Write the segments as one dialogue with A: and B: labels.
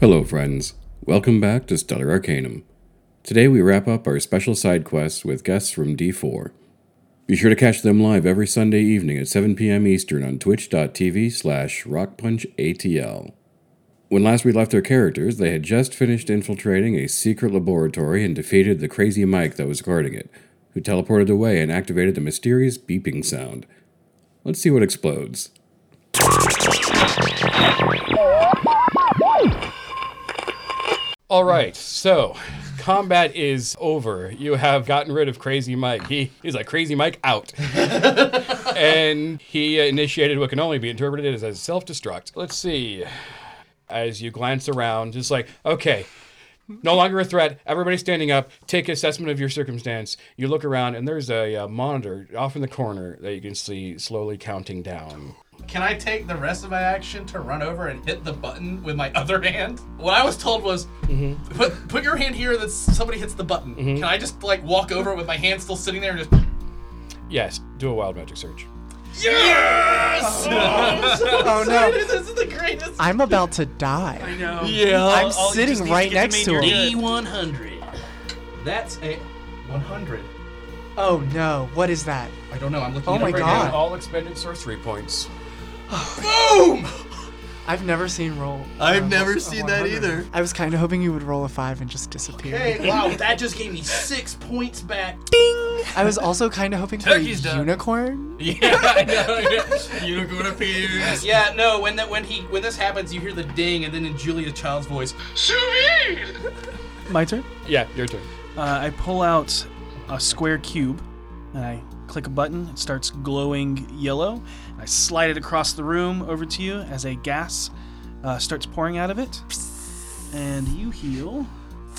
A: Hello, friends. Welcome back to Stellar Arcanum. Today we wrap up our special side quest with guests from D4. Be sure to catch them live every Sunday evening at 7 p.m. Eastern on twitch.tv slash rockpunchatl. When last we left their characters, they had just finished infiltrating a secret laboratory and defeated the crazy Mike that was guarding it, who teleported away and activated a mysterious beeping sound. Let's see what explodes.
B: All right, so combat is over. You have gotten rid of Crazy Mike. He is like Crazy Mike out, and he initiated what can only be interpreted as a self-destruct. Let's see. As you glance around, just like okay, no longer a threat. Everybody standing up. Take assessment of your circumstance. You look around, and there's a, uh monitor off in the corner that you can see slowly counting down.
C: Can I take the rest of my action to run over and hit the button with my other hand? What I was told was,
D: Mm-hmm.
C: put put your hand here. That somebody hits the button. Can I just like walk over with my hand still sitting there and just?
B: Yes, do a wild magic search.
C: Yes!
D: Oh no,
C: this is the greatest.
D: I'm about to die.
C: know.
B: Yeah.
D: I'm sitting right next to him.
C: D100. E That's a 100.
D: Oh no, what is that?
C: I don't know. I'm looking.
D: Oh
C: it
D: my
C: up right
D: God.
C: now.
B: All expended sorcery points.
C: Boom!
D: I've never seen roll.
E: I've
D: uh,
E: never
D: a
E: seen that
D: 100.
E: either.
D: I was kind of hoping you would roll a five and just disappear.
C: Hey, wow, that just gave me six points back.
D: I was also kind of hoping for a
C: Turkey's done.
D: unicorn.
B: Yeah, I know.
E: Unicorn appears.
C: Yeah, no. When that when he when this happens, you hear the ding, and then in Julia Child's voice,
F: My turn.
B: yeah, your turn.
F: Uh, I pull out a square cube and I click a button. It starts glowing yellow. I slide it across the room over to you as a gas uh, starts pouring out of it. And you heal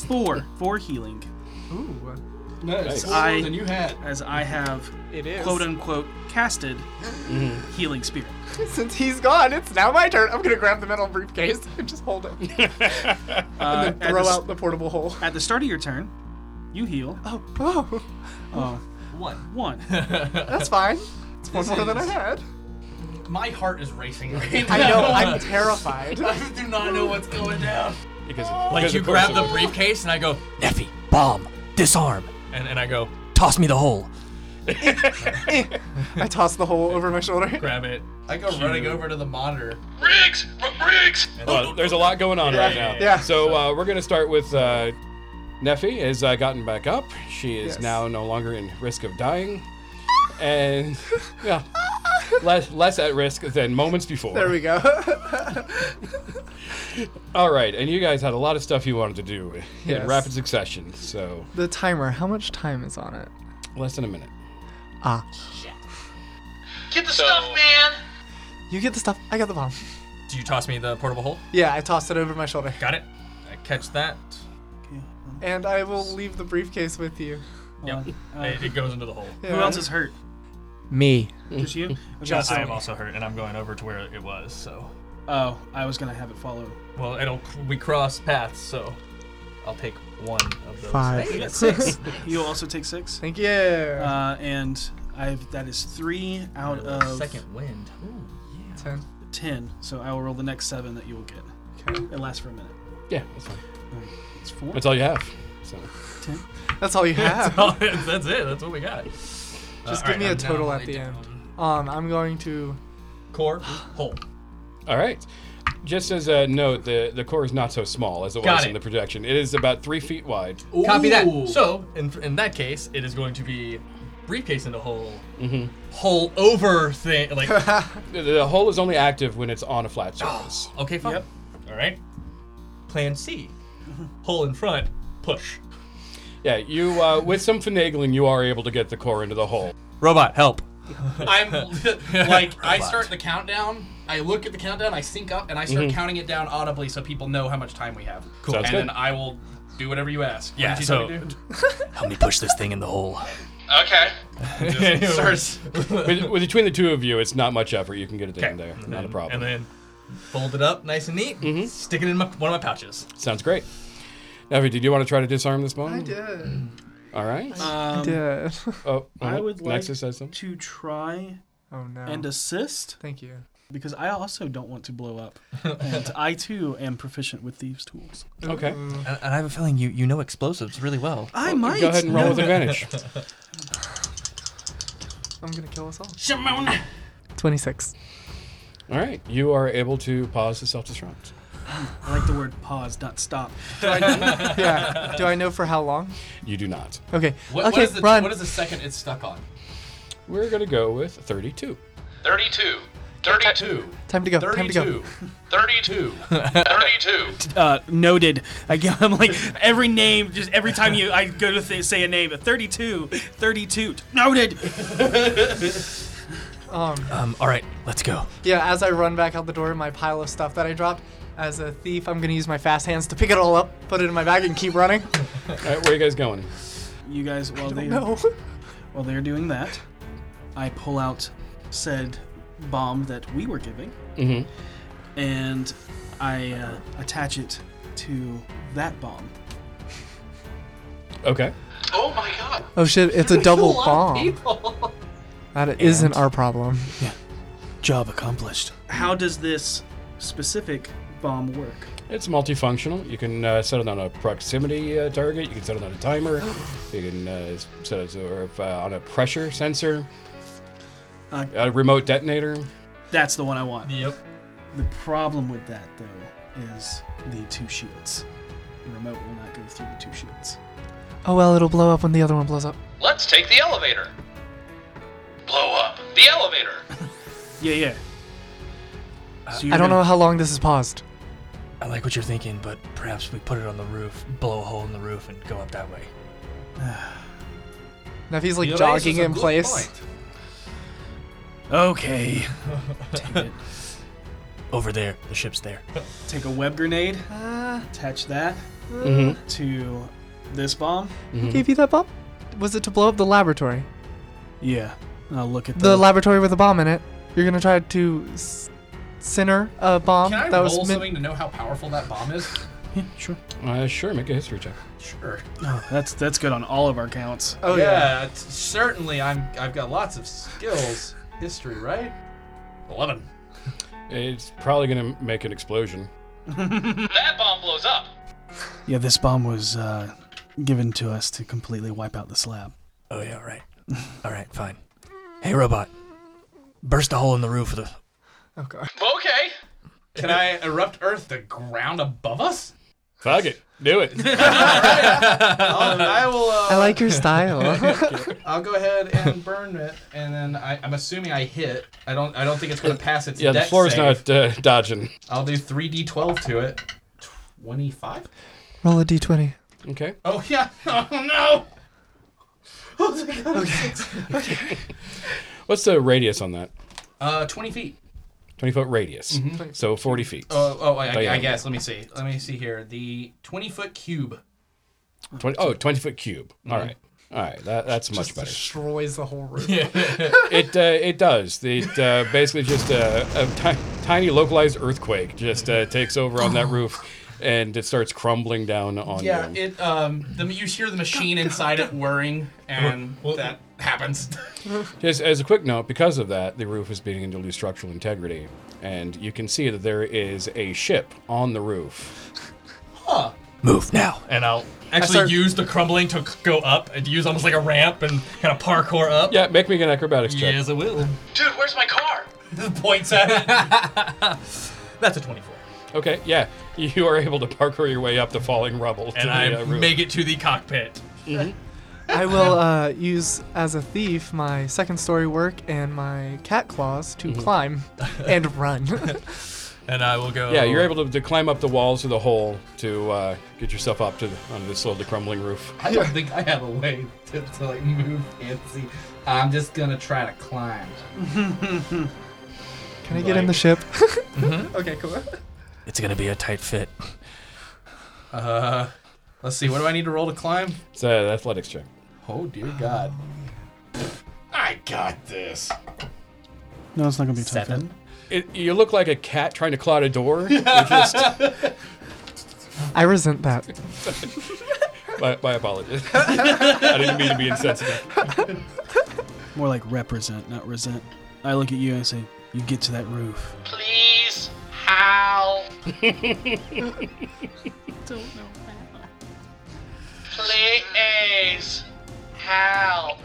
F: four, four healing.
D: Ooh,
C: "No, it's
B: Nice.
C: more
F: I-
C: than you had."
F: As I have
D: it is.
F: quote unquote casted healing spirit.
D: Since he's gone, it's now my turn. I'm gonna grab the metal briefcase and just hold it,
F: Uh,
D: and
F: at,
D: throw
F: the, s-
D: out the portable hole.
F: at the start of your turn, you heal
D: Oh, whoa,
F: uh,
C: One.
F: one.
D: that's fine. It's one more than I
C: is-
D: had.
C: My heart is racing right now.
D: I know. I'm terrified.
C: I do not know what's going down.
B: Because
G: Like
B: because
G: you
B: of course
G: grab the
B: would.
G: briefcase and I go, Neffy, bomb, disarm, and and I go, toss me the hole.
D: I toss the hole over my shoulder.
G: Grab it.
C: I go running over to the monitor.
B: Well, Uh, there's a lot going on right now.
D: Yeah.
B: So uh, we're gonna start with uh, Neffy has uh, gotten back up. She is
D: Yes.
B: now no longer in risk of dying, and yeah, less less at risk than moments before.
D: There we go.
B: All right, and you guys had a lot of stuff you wanted to do in
D: Yes.
B: rapid succession. So
D: the timer. How much time is on it?
B: less than a minute.
D: Ah,
C: Get the stuff, man!
D: you get the stuff. I got the bomb.
G: Do you toss me the portable hole?
D: Yeah, I tossed it over my shoulder.
G: Got it. I catch that.
F: Okay.
D: And I will leave the briefcase with you.
G: Yep. It, it goes into the hole.
F: Who else is hurt?
D: Me.
F: Just you? Okay, so-
G: I am also hurt, and I'm going over to where it was. So,
F: Oh, I was gonna have it follow.
G: well, it'll we cross paths, so I'll take one of those.
F: You
D: Five.
F: got six. you also take six.
D: Thank you.
F: Uh, and I've that is three out of
G: Second wind. Ooh, yeah.
D: Ten.
F: ten. So I will roll the next seven that you will get. It lasts for a minute.
B: Yeah, that's fine.
F: It's four.
B: That's all you have. So
D: That's all you have.
G: That's it. That's what we got.
D: Just give me a total at the end. Um, I'm going to.
G: Core hole.
B: all right. Just as a note, the, the core is not so small as it
G: Got
B: was
G: it.
B: in the projection. It is about three feet wide.
G: Copy
C: Ooh.
G: that. So, in, in that case, it is going to be briefcase into hole, hole over thing. Like,
B: The, the hole is only active when it's on a flat
G: Oh.
B: surface.
G: okay, fine.
F: Yep.
G: All right. Plan C, hole in front, push.
B: Yeah, you uh, with some finagling, you are able to get the core into the hole.
G: Robot, help.
C: I'm like, I start the countdown, I look at the countdown, I sync up, and I start counting it down audibly so people know how much time we have. Cool.
B: Sounds
C: and
B: good.
C: then I will do whatever you ask. What
G: Yeah,
C: did you
G: so-
C: tell me to do?
G: Help me push this thing in the hole.
C: Okay. Starts-
B: with, with- between the two of you, it's not much effort. You can get it in there. Not a problem.
G: And then fold it up nice and neat, stick it in my, one of my pouches.
B: Sounds great. Navi, did you want to try to disarm this bomb?
D: I did.
B: All right.
D: I
F: Um,
D: did.
B: oh,
F: I would like
B: Nexus has something.
F: to try
D: Oh no.
F: and assist.
D: Thank you.
F: because I also don't want to blow up. and I too am proficient with these tools.
H: Okay.
D: Mm.
E: And, and I have a feeling you, you know explosives really well.
F: I might.
H: Go ahead and roll with advantage.
D: I'm gonna kill us all.
I: Shimona.
D: 26.
H: All right. You are able to pause the self destruct.
F: I like the word pause, not stop.
D: Yeah. Do I know for how long?
H: You do not.
D: Okay.
C: What,
D: okay,
C: what, is the,
D: run.
C: what is the second it's stuck on?
H: We're going to go with 32.
C: 32. 32.
D: time to go. Time to go.
C: 32. 32. 32.
F: Uh, noted. I get, I'm like every name. Just every time you, I go to th- say a name. A 32, 32. Noted.
E: Um, all right, let's go.
D: Yeah, as I run back out the door, my pile of stuff that I dropped, as a thief, I'm gonna use my fast hands to pick it all up, put it in my bag, and keep running.
H: All right. Where are you guys going?
F: You guys, while they
D: No.
F: while they're doing that, I pull out said bomb that we were giving,
D: Mm-hmm.
F: and I uh, attach it to that bomb.
H: Okay.
C: Oh my god.
D: Oh shit, it's a double bomb.
C: People.
D: That isn't our problem.
F: Job accomplished. How does this specific bomb work?
H: It's multifunctional. You can uh, set it on a proximity uh, target. You can set it on a timer.
D: Oh.
H: You can uh, set it or, uh, on a pressure sensor.
F: Uh,
H: a remote detonator.
F: That's the one I want.
I: Yep.
F: The problem with that, though, is the two shields. The remote will not go through the two shields.
D: Oh well, it'll blow up when the other one blows up.
C: Let's take the elevator. Blow up the elevator.
F: Yeah, yeah. So
D: I don't know how long this is paused.
E: I like what you're thinking, but perhaps we put it on the roof, blow a hole in the roof, and go up that way.
D: Now if he's like
C: You know, this
D: jogging
C: is a
D: in
C: good
D: place.
C: point.
F: Okay. Take, it.
E: Over there, the ship's there.
F: Take a web grenade,
D: Uh, Mm-hmm.
F: attach that to this bomb.
D: who
C: Mm-hmm.
D: Gave you that bomb? Was it to blow up the laboratory?
F: Yeah. And I'll look at
D: The laboratory with a bomb in it. You're gonna try to s- center a bomb
C: Can I
D: Oh, that
C: roll
D: was meant.
C: something to know how powerful that bomb is?
F: yeah, sure.
H: Uh, sure, make a history check.
C: Sure.
F: Oh, that's that's good on all of our counts.
D: Oh
C: yeah, t- certainly. I'm. I've got lots of skills. History, right? Eleven.
H: It's probably going to make an explosion.
C: That bomb blows up.
F: Yeah, this bomb was uh, given to us to completely wipe out this lab.
E: Oh, yeah, right. All right, fine. Hey, robot, burst a hole in the roof of the.
D: Oh god.
C: Okay. Can I erupt Earth the ground above us?
H: Fuck it. Do it.
C: Um, I will. Uh,
D: I like your style.
C: I'll go ahead and burn it, and then I, I'm assuming I hit. I don't. I don't think it's gonna pass its.
H: Uh, yeah, the
C: dex
H: floor is
C: save.
H: not uh, dodging.
C: I'll do three d12 to it. Twenty-five.
D: Roll a d20.
H: Okay.
C: Oh yeah. Oh no. Oh my god.
H: What's the radius on that?
C: Uh, twenty feet.
H: 20 foot radius.
D: Mm-hmm.
H: So 40 feet.
D: Uh,
C: Oh, oh, I,
H: Oh, yeah.
C: I guess. Let me see. Let me see here. The twenty-foot cube.
H: 20, oh, 20 foot cube. All right. All right. That, that's much better.
D: Mm-hmm. Destroys the whole room.
H: It uh, it does. It uh, basically just uh, a ti- tiny localized earthquake just uh, takes over on
I: Oh.
H: that roof, and it starts crumbling down on
C: Yeah,
H: you.
C: it um, the you hear the machine inside it whirring, and that happens.
H: Just as a quick note, because of that, the roof is beginning to lose structural integrity, and you can see that there is a ship on the roof.
E: Move now.
I: And I'll actually
D: start-
I: use the crumbling to c- go up and use almost like a ramp and kind of parkour up.
H: Yeah, make me an acrobatics check.
I: Yes, I will.
C: Dude, where's my car? Points at it.
I: That's a 24.
H: Okay, yeah, you are able to parkour your way up the falling rubble to
I: And
H: the
I: I
H: uh, roof.
I: make it to the cockpit.
D: I will uh, use as a thief my second story work and my cat claws to climb and run.
I: And I will go.
H: yeah, you're able to, to climb up the walls of the hole to uh, get yourself up to on the slowly crumbling roof.
C: I don't think I have a way to, to like move fancy. I'm just gonna try to climb.
D: Can I get in the
C: Like-
D: ship? Okay, cool.
E: It's gonna be a tight fit.
C: Uh, let's see. What do I need to roll to climb?
H: It's an athletics check.
C: Oh dear God. I got this.
F: No, it's not gonna be a tough
I: Seven.
F: hit.
H: It, you look like a cat trying to claw at a door. You're just-
D: I resent that.
H: my, my apologies. I didn't mean to be insensitive.
F: More like represent, not resent. I look at you and I say, you get to that roof.
J: Please, how?
K: Don't know that.
J: Please, help.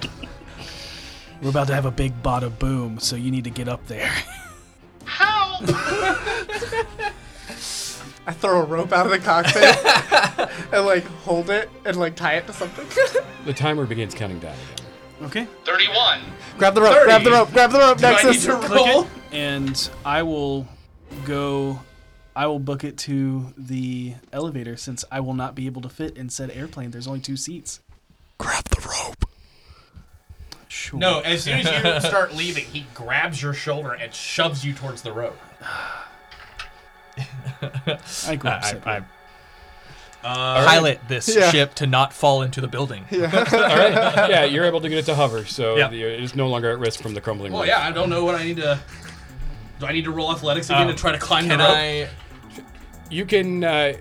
F: We're about to have a big bada boom, so you need to get up there.
J: Help!
D: I throw a rope out of the cockpit and like hold it and like tie it to something.
H: The timer begins counting down again.
F: Okay.
C: 31.
D: grab the rope, grab the rope, grab the rope,
C: Do I need
D: Nexus.
C: to
F: Click
C: roll?
F: it, and I will go. I will book it to the elevator since I will not be able to fit in said airplane. There's only two seats.
E: Grab the rope.
F: Sure.
C: No, as soon as you start leaving, he grabs your shoulder and shoves you towards the rope.
F: I go upset.
I: I- Pilot this
D: Yeah.
I: ship to not fall into the building.
H: All right. Yeah, you're able to get it to hover, so
I: Yeah.
H: the, it is no longer at risk from the crumbling
C: Well,
H: roof.
C: Oh, yeah, I don't know what I need to. Do I need to roll athletics again
I: Um,
C: to try to climb
I: Can
C: the rope?
I: I?
H: You can uh,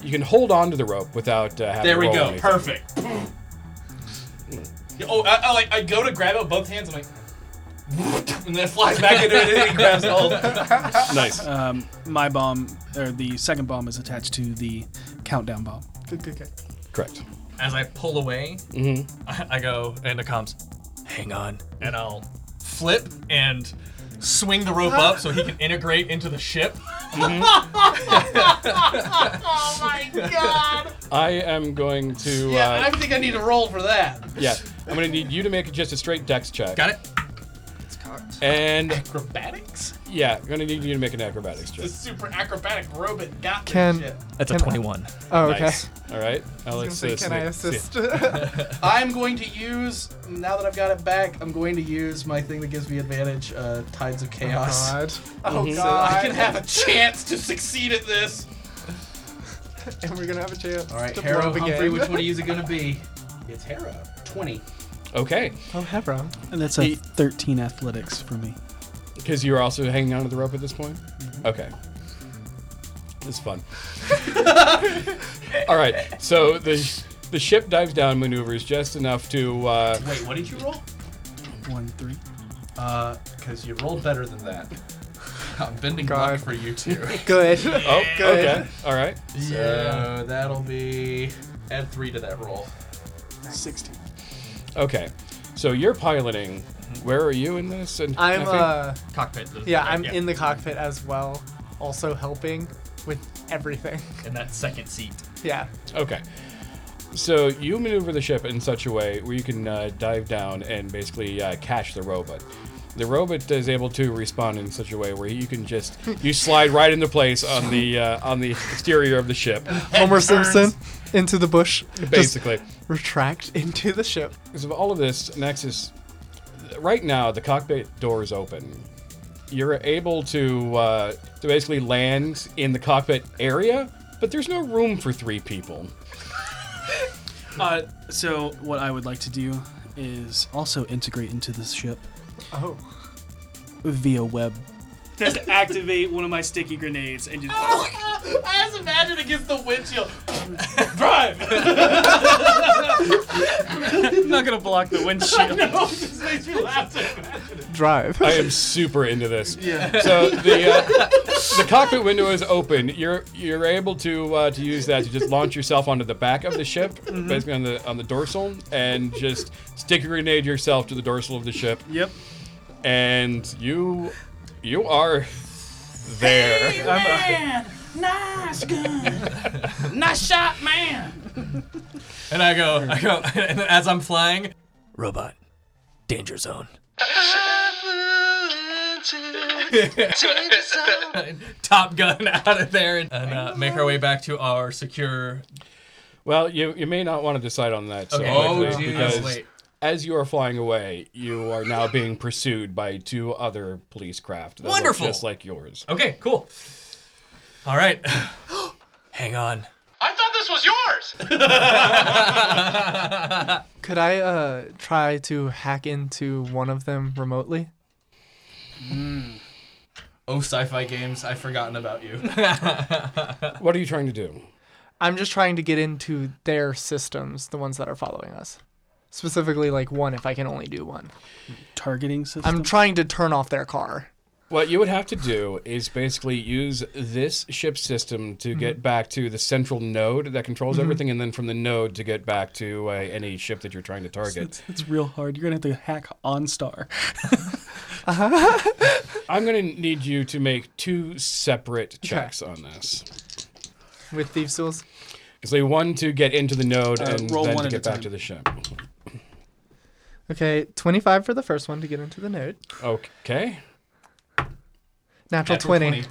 H: you can hold on to the rope without uh, having
C: There
H: to
C: we
H: roll
C: go.
H: anything.
C: Perfect. oh, I, I like I go to grab it with both hands. I'm like, and then it flies back into it and he grabs hold.
H: Nice.
F: um, my bomb or the second bomb is attached to the countdown bomb.
D: Good, good, good.
H: Correct.
I: As I pull away, I, I go into comms,
E: Hang on.
I: and I'll flip and swing the rope up so he can integrate into the ship.
J: Oh my god!
H: I am going to.
C: Yeah,
H: uh,
C: I think I need to roll for that.
H: yeah. I'm going to need you to make just a straight dex check.
I: Got it?
H: And
C: Acrobatics?
H: yeah, I'm going to need you to make an acrobatics check.
C: The super acrobatic robot got this
D: Can-
C: shit.
I: That's a
D: Can I-
I: 21.
D: Oh, okay.
H: Nice. All right. I'll
D: I was gonna say,
H: assist.
D: can I
H: it.
D: assist?
C: I'm going to use now that I've got it back. I'm going to use my thing that gives me advantage, uh, Tides of Chaos.
D: God.
C: So
D: Oh
C: I
D: God.
C: can have a chance to succeed at this.
D: and we're gonna have a chance.
C: All right,
D: to
C: Harrow
D: blow up again.
C: Humphrey. Which one are you gonna be? It's Harrow. Twenty.
H: Okay.
D: Oh, Hebron.
F: And that's a 13 athletics for me.
H: Because you're also hanging onto the rope at this point? Okay. It's fun. All right. So the the ship dives down, maneuvers just enough to. Uh,
C: Wait, what did you roll?
F: One, three.
C: Uh, because you rolled better than that. I'm bending
D: God.
C: luck for you two.
D: Good.
H: oh,
D: Good.
H: okay. All right.
C: So that'll be add three to that roll.
F: 16.
H: Okay. So you're piloting. Where are you in this? And
D: I'm
H: Effie?
D: uh
I: Cockpit.
D: yeah, I'm in the cockpit as well, also helping with everything.
I: in that second seat.
D: yeah.
H: Okay. So you maneuver the ship in such a way where you can uh, dive down and basically uh, catch the robot. The robot is able to respond in such a way where you can just you slide right into place on the uh, on the exterior of the ship,
D: Homer Simpson into the bush. Just
H: basically.
D: retract into the ship.
H: Because of all of this, Nexus, right now the cockpit door is open. You're able to uh, to basically land in the cockpit area, but there's no room for three people.
F: Uh, so what I would like to do is also integrate into this ship
D: Oh.
F: via web. Just activate one of my sticky grenades and just.
C: Oh I just imagine against the windshield. Drive.
F: I'm not gonna block the windshield.
C: this makes me laugh. so bad.
D: Drive.
H: I am super into this. Yeah. So the uh, the cockpit window is open. You're you're able to uh, to use that to just launch yourself onto the back of the ship, basically on the on the dorsal, and just stick a grenade yourself to the dorsal of the ship,
F: Yep.
H: and you you are there.
K: Man, nice gun. nice shot, man.
I: And I go, I go, and then as I'm flying,
E: Robot. Danger zone.
I: Top Gun out of there and, and, uh, make our way back to our secure.
H: Well, you you may not want to decide on that so
I: Okay.
H: quickly
I: Oh, geez.
H: because
I: Wait.
H: as you are flying away, you are now being pursued by two other police craft that look
I: Wonderful.
H: just like yours.
I: Okay, cool. All right.
E: Hang on.
J: I thought this was yours!
D: Could I uh try to hack into one of them remotely?
C: Oh, sci-fi games! I've forgotten about you.
H: What are you trying to do?
D: I'm just trying to get into their systems, the ones that are following us. Specifically like one if I can only do one.
F: Targeting system.
D: I'm trying to turn off their car.
H: What you would have to do is basically use this ship system
F: Mm-hmm.
H: to get back to the central node that controls everything, and then from the node to get back to uh, any ship that you're trying to target.
F: It's, it's real hard. You're gonna have to hack OnStar.
H: I'm going to need you to make two separate checks on this.
D: with thieves tools.
H: So one to get into the node
F: Uh,
H: and
F: roll
H: then
F: one
H: to
F: at
H: get
F: a
H: back
F: time.
H: to the ship.
D: Okay, 25 for the first one to get into the node.
H: Okay.
D: Natural, 20.
I: the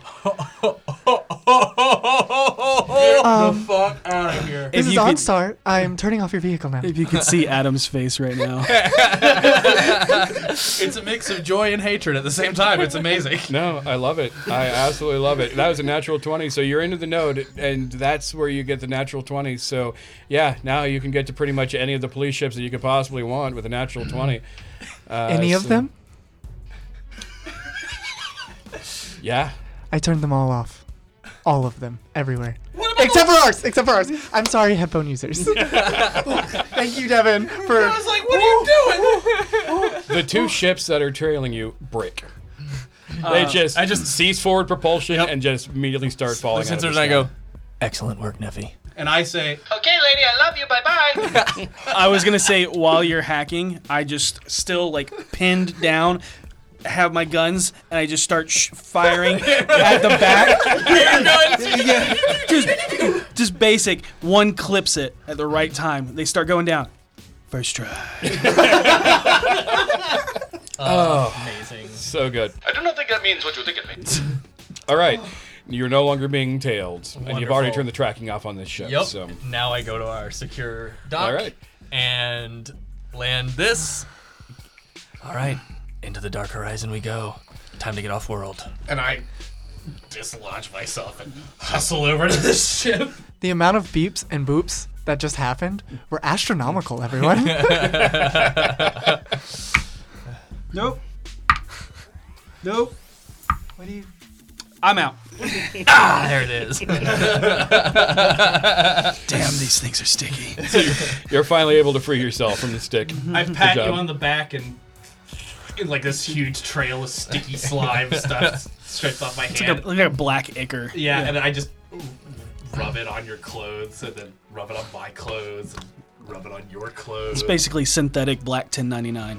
I: fuck out of here.
D: Um, This
F: If
D: is
F: you could-
D: OnStar. I am turning off your vehicle now.
F: If you could see Adam's face right now,
C: It's a mix of joy and hatred at the same time. It's amazing.
H: No, I love it. I absolutely love it. That was a natural 20. So you're into the node, and that's where you get the natural 20. So, yeah, now you can get to pretty much any of the police ships that you could possibly want with a natural 20.
F: Mm-hmm.
H: Uh,
D: Any of
H: so-
D: them?
H: Yeah.
D: I turned them all off. All of them. Everywhere. Except for ours. Except for ours. I'm sorry, headphone users. Thank you, Devin, for
C: I was like, what are you doing?
H: The two ships that are trailing you break. They just Uh, I just cease forward propulsion and just immediately start falling. out of the sky.
E: Excellent work, Neffy.
C: And I say,
J: Okay, lady, I love you. Bye bye.
F: I was gonna say while you're hacking, I just still like pinned down, have my guns, and I just start sh- firing at the back. just, just basic. One clips it at the right time. They start going down. First try.
I: Amazing.
H: So good.
J: I do not think that means what you think it means.
H: All right. You're no longer being tailed, and you've already
I: Wonderful.
H: turned the tracking off on this ship.
I: Yep.
H: So.
I: Now I go to our secure dock
H: All right.
I: and land this.
E: All right, into the dark horizon we go. Time to get off world.
I: And I dislodge myself and hustle over to this ship.
D: the amount of beeps and boops that just happened were astronomical, everyone.
F: Nope. Nope.
D: what do you
F: I'm out.
I: Ah, there it is.
F: Damn, these things are sticky.
H: You're finally able to free yourself from the stick.
I: I pat
H: job.
I: you on the back and in like this huge trail of sticky slime stuff stripped off my hand.
F: Look at a black ichor.
I: yeah, and then I just rub it on your clothes and then rub it on my clothes and rub it on your clothes.
F: It's basically synthetic black 1099.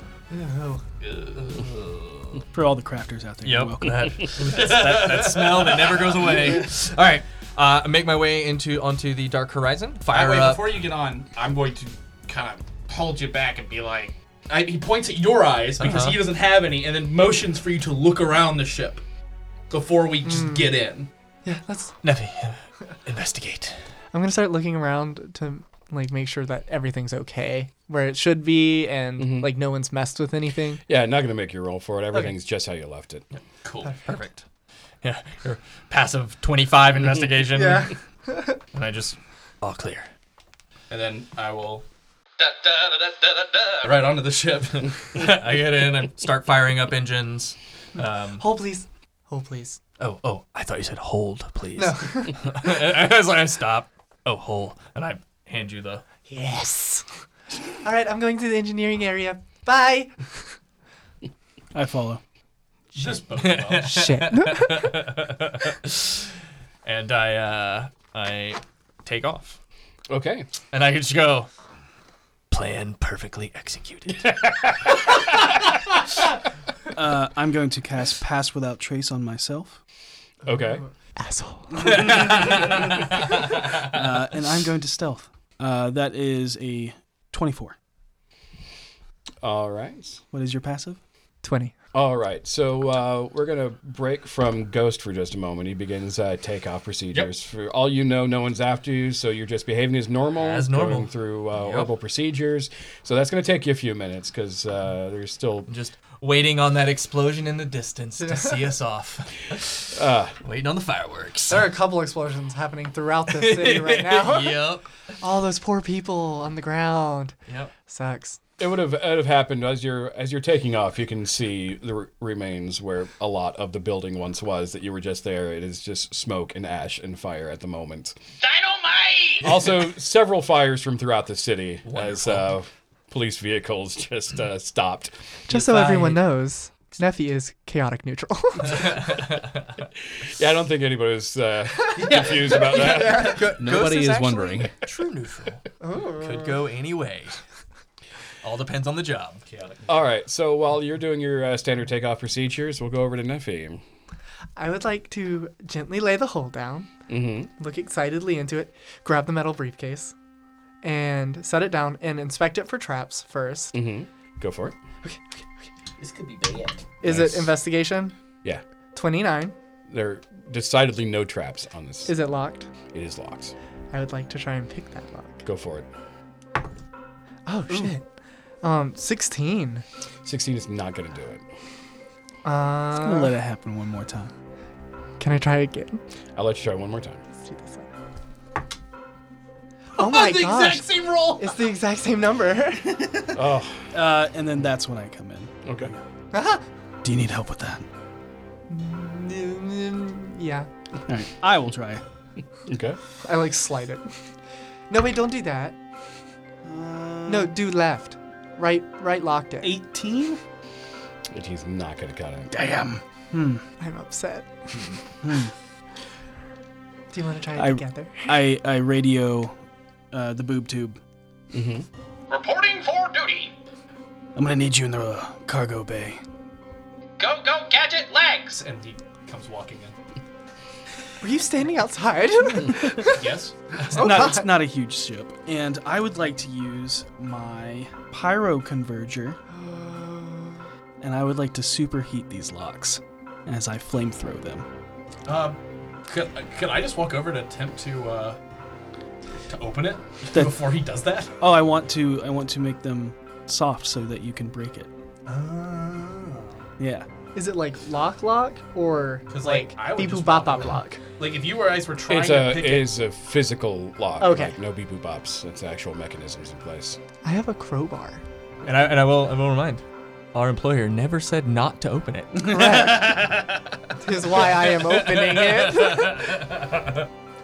F: For all the crafters out there, you're
I: Yep.
F: welcome.
I: That, that, that smell that never goes away. All right.
G: Uh, I make my way into onto the dark horizon. Fire
C: wait,
G: up.
C: before you get on, I'm going to kind of hold you back and be like, I, he points at your eyes because
I: Uh-huh.
C: he doesn't have any, and then motions for you to look around the ship before we just
I: Hmm.
C: get in.
D: Yeah, let's
E: Neffy, investigate.
D: I'm gonna start looking around to like make sure that everything's okay where it should be and like no one's messed with anything.
H: Yeah, not gonna make you roll for it. Everything's just how you left it.
I: Cool.
G: Perfect.
I: Yeah. Your passive 25 investigation.
D: Yeah.
I: And I just.
E: All clear.
C: And then I will
J: da, da, da, da, da, da.
C: right onto the ship.
G: I get in and start firing up engines.
D: Hold please. Hold please.
E: Oh, oh, I thought you said hold, please.
G: I was like, stop.
E: Oh, hold.
G: And I hand you the.
D: Yes. All right, I'm going to the engineering area. Bye.
F: I follow.
I: Just both well.
D: Shit.
G: And I uh, I take off.
H: Okay.
G: And I just go.
E: Plan perfectly executed.
F: Uh, I'm going to cast Pass Without Trace on myself,
H: Okay.
D: Asshole.
F: uh, and I'm going to stealth. Uh, that is a 24.
H: All right.
F: What is your passive?
D: 20.
H: All right. So uh, we're gonna break from Ghost for just a moment. He begins uh, takeoff procedures. For all you know, no one's after you, so you're just behaving as normal.
G: As normal.
H: Going through uh, orbital procedures. So that's gonna take you a few minutes because uh, there's still
G: Just waiting on that explosion in the distance to see us off. waiting on the fireworks.
D: There are a couple explosions happening throughout the city right now.
G: Yep.
D: All those poor people on the ground.
G: Yep.
D: Sucks.
H: It would have it would have happened as you're as you're taking off. You can see the re- remains where a lot of the building once was. That you were just there. It is just smoke and ash and fire at the moment.
J: Dynamite!
H: Also, several fires from throughout the city as uh, police vehicles just uh, stopped.
D: Just so everyone knows, Nephi is chaotic neutral.
H: Yeah, I don't think anybody was uh, confused about that.
G: Nobody is,
I: actually
G: wondering.
I: True neutral.
G: Could go any way. All depends on the job. Chaotic.
H: All right, so while you're doing your uh, standard takeoff procedures, we'll go over to Nephi.
D: I would like to gently lay the hole down,
H: Mm-hmm.
D: look excitedly into it, grab the metal briefcase, and set it down and inspect it for traps first.
H: Mm-hmm. Go for it.
L: This could be bad.
D: Is
H: Nice.
D: it investigation?
H: Yeah,
D: 29.
H: there are decidedly no traps on this.
D: Is it locked?
H: It is locked.
D: I would like to try and pick that lock.
H: Go for it.
D: Oh, shit. Um, 16.
H: 16 is not going to do it.
F: I'm gonna
D: Uh,
F: let it happen one more time.
D: can I try again?
H: I'll let you try one more time.
D: Oh my
C: the
D: gosh.
C: exact same roll.
D: It's the exact same number.
H: Oh,
F: Uh, and then that's when I come in.
H: okay.
F: Do you need help with that?
D: yeah.
F: All right, I will try.
H: Okay.
D: I like slide it. No, wait, don't do that.
I: Uh,
D: no, do left. Right, right locked it.
F: 18?
H: 18 is not going to cut it.
F: Damn. Hmm.
D: I'm upset.
F: Hmm.
D: Do you want to try it
F: I,
D: together?
F: I I radio uh, the boob tube.
H: Mm-hmm.
J: Reporting for duty.
F: I'm gonna need you in the uh, cargo bay.
J: Go, go, gadget legs.
I: And he comes walking in.
D: Were you standing outside?
I: Yes.
F: It's,
D: Oh,
F: not,
D: God.
F: it's not a huge ship, and I would like to use my pyro converger, and I would like to superheat these locks as I flamethrow them.
I: Um, could, could I just walk over to attempt to uh, to open it
F: That-
I: before he does that?
F: Oh, I want to I want to make them soft so that you can break it. Oh. Yeah.
D: Is it like lock lock or
I: 'Cause, like,
D: like
I: I would
D: beep boop
I: just
D: bop
I: walk
D: bop lock?
I: Like if you guys were trying
H: It's
I: to
H: a
I: pick
H: it is a physical lock.
D: Okay.
H: Like no beep boop bops. It's actual mechanisms in place.
D: I have a crowbar.
G: And I and I will I will remind. Our employer never said not to open it.
D: Is why I am opening it.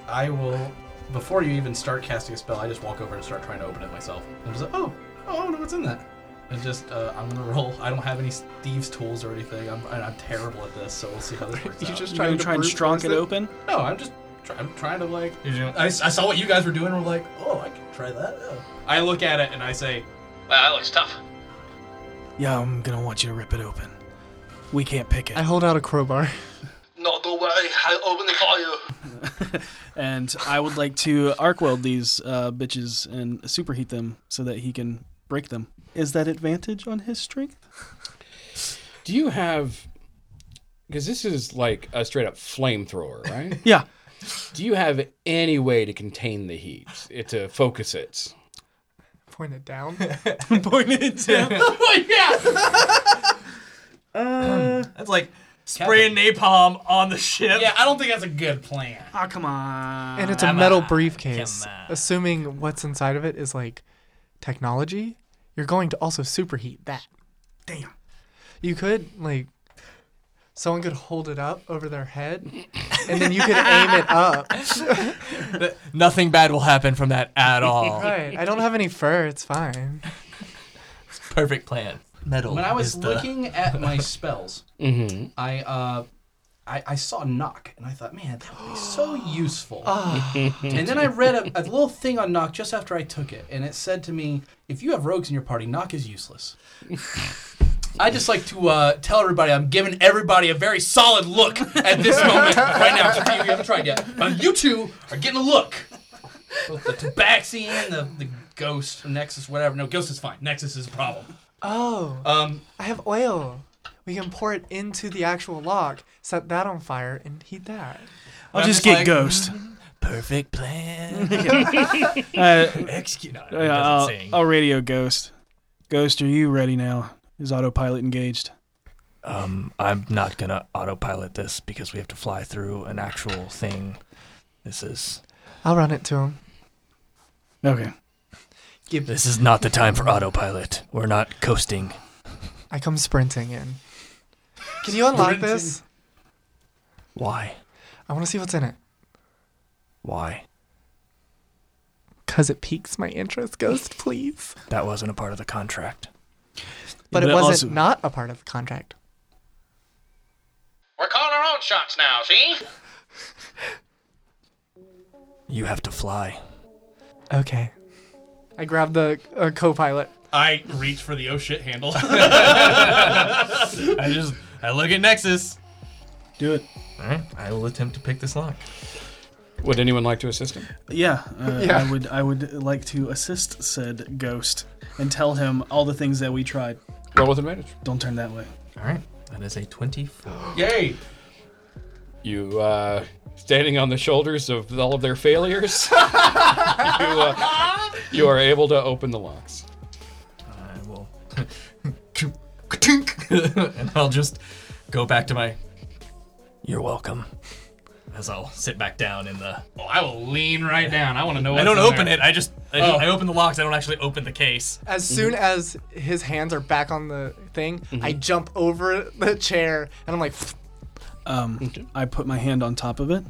I: I will, before you even start casting a spell, I just walk over and start trying to open it myself. I'm just like, oh, oh, no, what's in that? And just, uh, I'm gonna roll. I don't have any thieves' tools or anything. I'm, and I'm terrible at this, so we'll see how this works out.
F: You're gonna try and
D: brute
F: strong it
D: force
F: open?
I: no, I'm just, try, I'm trying to like.
G: You're doing-
I: I, s- I saw what you guys were doing. and We're like, oh, I can try that. Oh. I look at it and I say,
J: Wow, that looks tough.
F: Yeah, I'm gonna want you to rip it open. We can't pick it.
D: I hold out a crowbar.
J: No, don't worry. I'll open it for you.
F: and I would like to arc weld these uh, bitches and superheat them so that he can break them. Is that advantage on his strength?
H: Do you have? Because this is like a straight up flamethrower, right?
F: Yeah.
H: Do you have any way to contain the heat? It to focus it.
D: Point it down.
G: Pointed to. That's like spraying napalm on the ship.
I: yeah, I don't think that's a good plan.
F: Ah, come on.
D: And it's a metal briefcase. Assuming what's inside of it is like technology, you're going to also superheat that. Damn. You could like someone could hold it up over their head and then you could aim it up.
G: Nothing bad will happen from that at all.
D: Right. I don't have any fur, it's fine.
G: Perfect plan. Metal.
I: When I was
G: is the-
I: looking at my spells,
H: Mm-hmm.
I: I uh, I, I saw knock, and I thought, man, that would be so useful.
C: Ah.
I: and then I read a, a little thing on knock just after I took it, and it said to me, if you have rogues in your party, knock is useless. I just like to uh, tell everybody I'm giving everybody a very solid look at this moment right now. For you, you haven't tried yet, but Um, you two are getting a look. Both the Tabaxi and the, the Ghost, Nexus, whatever. No, Ghost is fine. Nexus is a problem.
D: Oh.
I: Um,
D: I have oil. We can pour it into the actual lock, set that on fire, and heat that.
F: I'll
G: I'm
F: just
G: just
F: get
G: like-
F: ghost.
G: Perfect plan.
F: Uh,
G: Execute. No, it doesn't
F: yeah, I'll,
G: sing.
F: I'll radio ghost. Ghost, are you ready now? Is autopilot engaged?
E: Um, I'm not gonna autopilot this because we have to fly through an actual thing. This is
D: I'll run it to him.
F: Okay.
D: Give
E: this is not the time for autopilot. We're not coasting.
D: I come sprinting in. Can you unlock this?
E: Why?
D: I want to see what's in it.
E: Why?
D: Cause it piques my interest, Ghost, please.
E: That wasn't a part of the contract.
D: But it
F: but
D: wasn't
F: also-
D: not a part of the contract.
J: shots now, see?
E: You have to fly.
D: Okay. I grabbed the uh, co-pilot.
C: I reach for the oh shit handle.
G: I just I look at Nexus.
F: Do it.
G: All right, I will attempt to pick this lock.
H: Would anyone like to assist him?
F: Yeah, uh,
D: Yeah.
F: I would. I would like to assist said ghost and tell him all the things that we tried.
H: Roll with advantage.
F: Don't turn that way.
G: All right, that is a 24.
C: Yay!
H: You uh, standing on the shoulders of all of their failures. you, uh, you are able to open the locks.
G: I will, and I'll just go back to my.
E: You're welcome.
G: As I'll sit back down in the.
C: Oh, I will lean right down. I want to know. What's
G: I don't
C: in
G: open
C: there.
G: it. I just I,
C: Oh.
G: I open the locks. I don't actually open the case.
D: As soon as his hands are back on the thing, I jump over the chair and I'm like,
F: Um, I put my hand on top of it.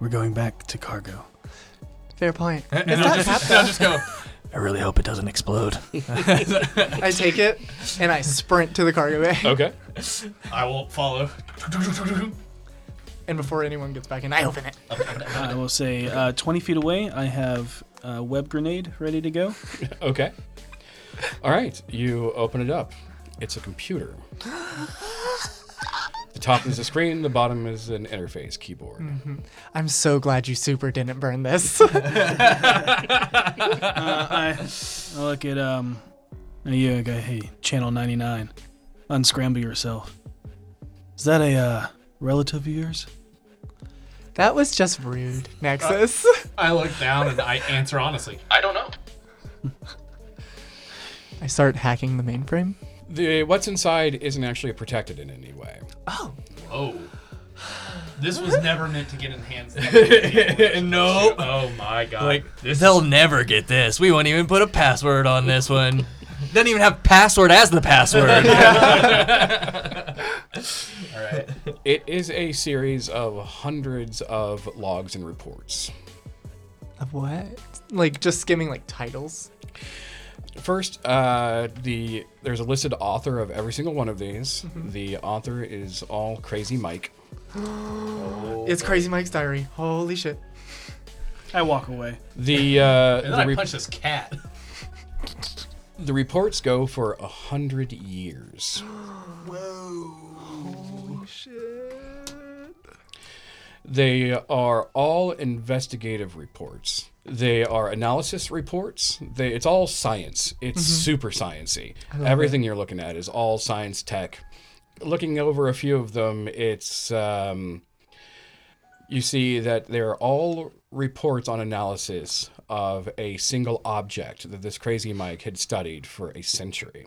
F: We're going back to cargo.
D: fair point.
G: And
D: Is
G: I'll
D: that
G: just,
D: happening?
G: I'll just go.
E: I really hope it doesn't explode.
D: I take it and I sprint to the cargo bay.
H: Okay.
C: I will follow.
D: And before anyone gets back in, I open it.
F: I will say, uh, 20 feet away, I have a web grenade ready to go.
H: Okay. All right. You open it up. It's a computer. The top is a screen. The bottom is an interface keyboard.
D: I'm so glad you super didn't burn this.
F: Uh, I, I look at um, uh, yeah, guy. Hey, channel 99, unscramble yourself. Is that a uh, relative of yours?
D: that was just rude, Nexus.
C: I look down and I answer honestly.
J: I don't know.
D: I start hacking the mainframe.
H: The what's inside isn't actually protected in any way.
C: Oh. This was never meant to get in hands.
G: no.
C: Oh my god.
G: Like they'll never get this. We won't even put a password on this one. Doesn't even have password as the password.
C: All right.
H: It is a series of hundreds of logs and reports.
D: Of what? Like just skimming like titles.
H: First, uh, the there's a listed author of every single one of these.
C: Mm-hmm.
H: The author is all Crazy Mike.
D: It's Crazy Mike's diary. Holy shit.
F: I walk away.
H: The uh,
C: And
H: the,
C: then I
H: re-
C: punch this cat.
H: the reports go for a hundred years. They are all investigative reports. They are analysis reports. They, it's all science. It's super sciency. Everything you're looking at is all science tech. Looking over a few of them, it's um, you see that they're all reports on analysis of a single object that this crazy Mike had studied for a century.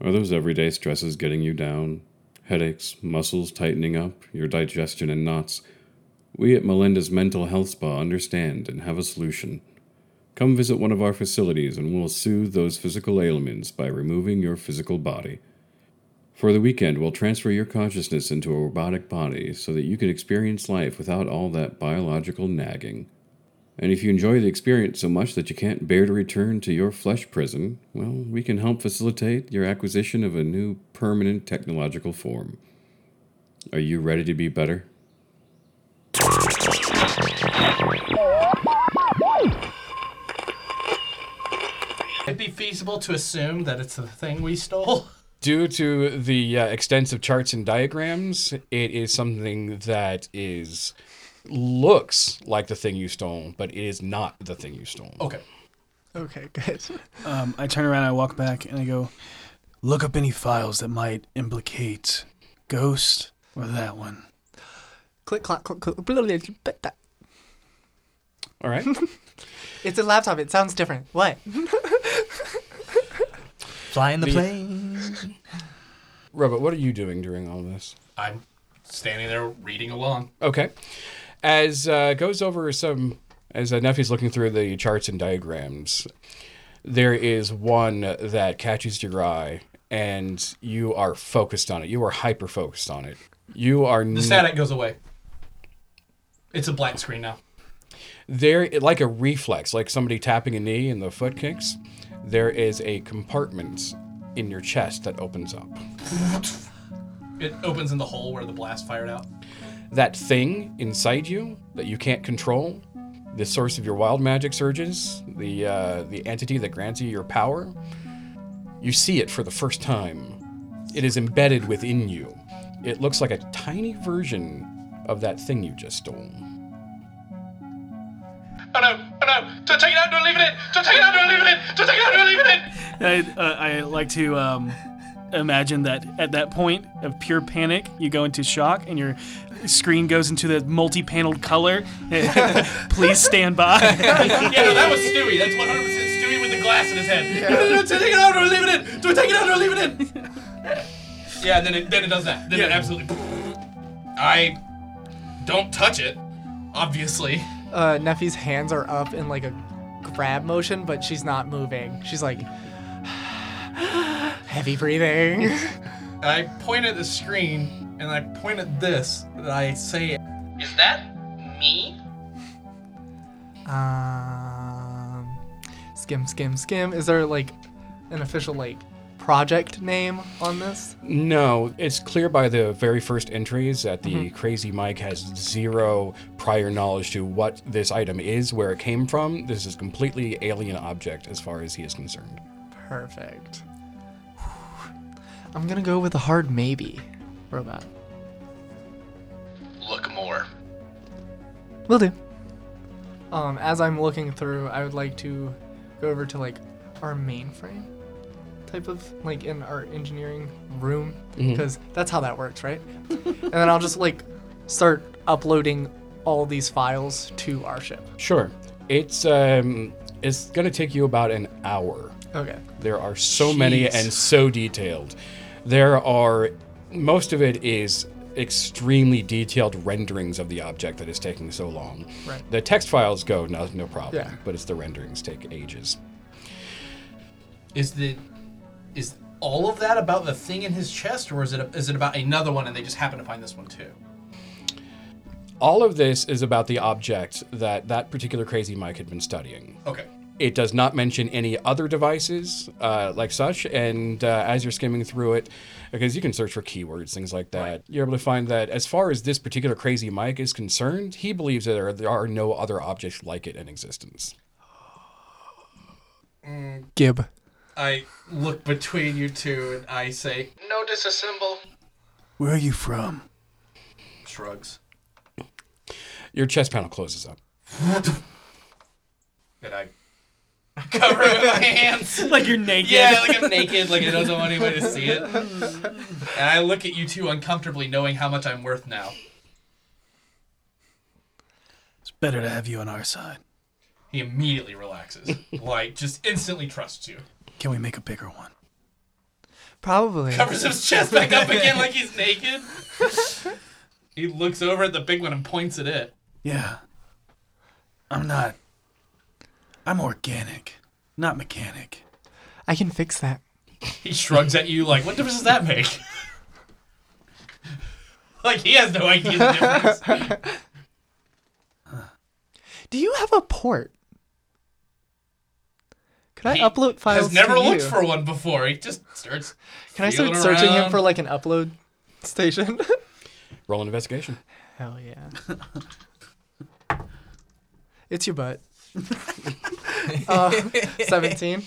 B: Are those everyday stresses getting you down? Headaches, muscles tightening up, your digestion in knots? We at Melinda's Mental Health Spa understand and have a solution. Come visit one of our facilities and we'll soothe those physical ailments by removing your physical body. For the weekend, we'll transfer your consciousness into a robotic body so that you can experience life without all that biological nagging. And if you enjoy the experience so much that you can't bear to return to your flesh prison, well, we can help facilitate your acquisition of a new permanent technological form. Are you ready to be better?
C: It'd be feasible to assume that it's the thing we stole.
H: Due to the uh, extensive charts and diagrams, it is something that is looks like the thing you stole, but it is not the thing you stole.
C: Okay.
D: Okay, good.
F: Um, I turn around, I walk back, and I go, look up any files that might implicate ghost or that one.
D: click clack click click.
H: All right.
D: It's a laptop. It sounds different. What?
G: Flying the plane.
H: Robert, what are you doing during all this?
C: I'm standing there reading along.
H: Okay. As uh, goes over some, as uh, Neffy's looking through the charts and diagrams, there is one that catches your eye, and you are focused on it. You are hyper focused on it. You are
C: The
H: n-
C: static goes away. It's a blank screen now.
H: There, like a reflex, like somebody tapping a knee and the foot kicks, there is a compartment in your chest that opens up.
C: It opens in the hole where the blast fired out.
H: That thing inside you that you can't control, the source of your wild magic surges, the uh, the entity that grants you your power, you see it for the first time. It is embedded within you. It looks like a tiny version of that thing you just stole.
J: Oh no, oh no! To take it out, don't leave it in! To take it out, don't leave it in! To take it out, don't leave it in!
F: I, uh, I like to um, imagine that at that point of pure panic, you go into shock and your screen goes into the multi-paneled color. Please stand by.
C: yeah, no, that was Stewie. That's 100% Stewie with the glass in his head. No, no, no, to take it out or leave it in. Do I take it out or leave it in? yeah, and then it, then it does that. Then it absolutely. I don't touch it, obviously.
D: Uh, Neffy's hands are up in like a grab motion, but she's not moving. She's like heavy breathing.
C: I point at the screen and I point at this and I say,
J: Is that me?
D: um, skim, skim, skim. Is there like an official like project name on this?
H: No, it's clear by the very first entries that the crazy Mike has zero prior knowledge to what this item is, where it came from. This is completely alien object as far as he is concerned.
D: Perfect. I'm gonna go with a hard maybe, robot.
J: Look more.
D: Will do. Um, as I'm looking through, I would like to go over to like our mainframe type of like in our engineering room
K: Mhm.
D: because that's how that works, right? and then I'll just like start uploading all these files to our ship.
H: Sure. It's um it's going to take you about an hour.
D: Okay.
H: There are so many
D: Jeez.
H: and so detailed. There are most of it is extremely detailed renderings of the object that is taking so long.
D: Right.
H: The text files go no no problem,
C: Yeah.
H: but it's the renderings take ages.
C: Is the is all of that about the thing in his chest, or is it is it about another one and they just happen to find this one too?
H: All of this is about the object that that particular crazy Mike had been studying.
C: Okay.
H: It does not mention any other devices uh, like such. And uh, as you're skimming through it, because you can search for keywords, things like that, you're able to find that as far as this particular crazy Mike is concerned, he believes that there are, there are no other objects like it in existence.
D: Gib.
C: I look between you two and I say,
J: No disassemble.
F: Where are you from?
C: shrugs.
H: Your chest panel closes up.
C: And I cover it with my hands.
F: Like you're naked.
C: Yeah, like I'm naked, like I don't want anybody to see it. And I look at you two uncomfortably, knowing how much I'm worth now.
F: It's better to have you on our side.
C: He immediately relaxes, like just instantly trusts you.
F: Can we make a bigger one?
D: Probably.
C: Covers his chest back up again, like he's naked. he looks over at the big one and points at it.
F: Yeah. I'm not. I'm organic, not mechanic.
D: I can fix that.
C: He shrugs at you, like, "What difference does that make?" like he has no idea the difference.
D: Do you have a port? Could I
C: He
D: upload files?
C: Has never
D: to
C: looked
D: you?
C: for one before. He just starts.
D: Can I
C: feeling
D: start searching him
C: around.
D: for like an upload station?
H: Roll an investigation.
D: Hell yeah. it's your butt. uh, 17.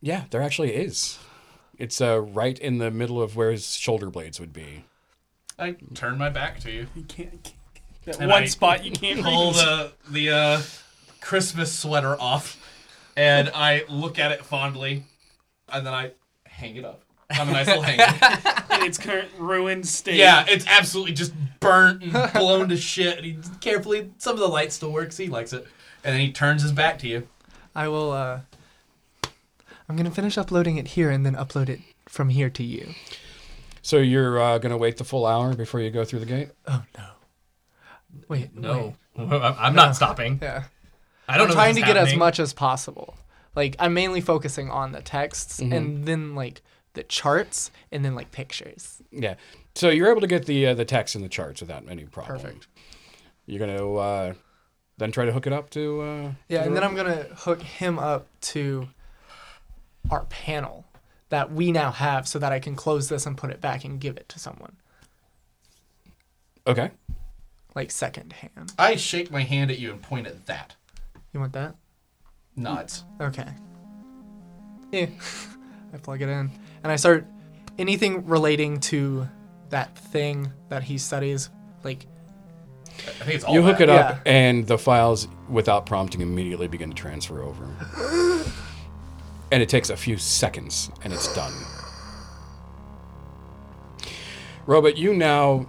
H: Yeah, there actually is. It's uh, right in the middle of where his shoulder blades would be.
C: I turn my back to you.
F: You can't. That
C: And
F: one
C: I
F: spot you can't
C: pull
F: reach.
C: the the uh, Christmas sweater off, and I look at it fondly, and then I hang it up. I'm a nice little hanger.
F: In its current ruined state.
C: Yeah, it's absolutely just burnt and blown to shit. And he carefully, some of the light still works. He likes it, and then he turns his back to you.
D: I will, uh, I'm going to finish uploading it here and then upload it from here to you.
H: So you're uh, going to wait the full hour before you go through the gate?
D: Wait,
G: No.
D: wait.
G: I'm- I'm not stopping.
D: Yeah.
G: I don't
D: I'm
G: know
D: trying
G: this
D: to
G: is
D: get as
G: happening.
D: much as possible. Like, I'm mainly focusing on the texts
G: Mm-hmm.
H: Mhm.
D: and then, like, the charts and then, like, pictures.
H: Yeah. So you're able to get the uh, the text and the charts without any problem. Perfect. You're gonna uh, then try to hook it up to. Uh,
D: Yeah,
H: to
D: and
H: the
D: then
H: rope?
D: I'm gonna hook him up to our panel that we now have, so that I can close this and put it back and give it to someone,
H: Okay.
D: like second hand.
C: I shake my hand at you and point at that.
D: You want that?
C: Nods.
D: Okay. Yeah. I plug it in, and I start anything relating to that thing that he studies, like
C: I think it's all
H: You hook
C: that.
H: it up, and the files, without prompting, immediately begin to transfer over. and it takes a few seconds, and it's done. Robot, you now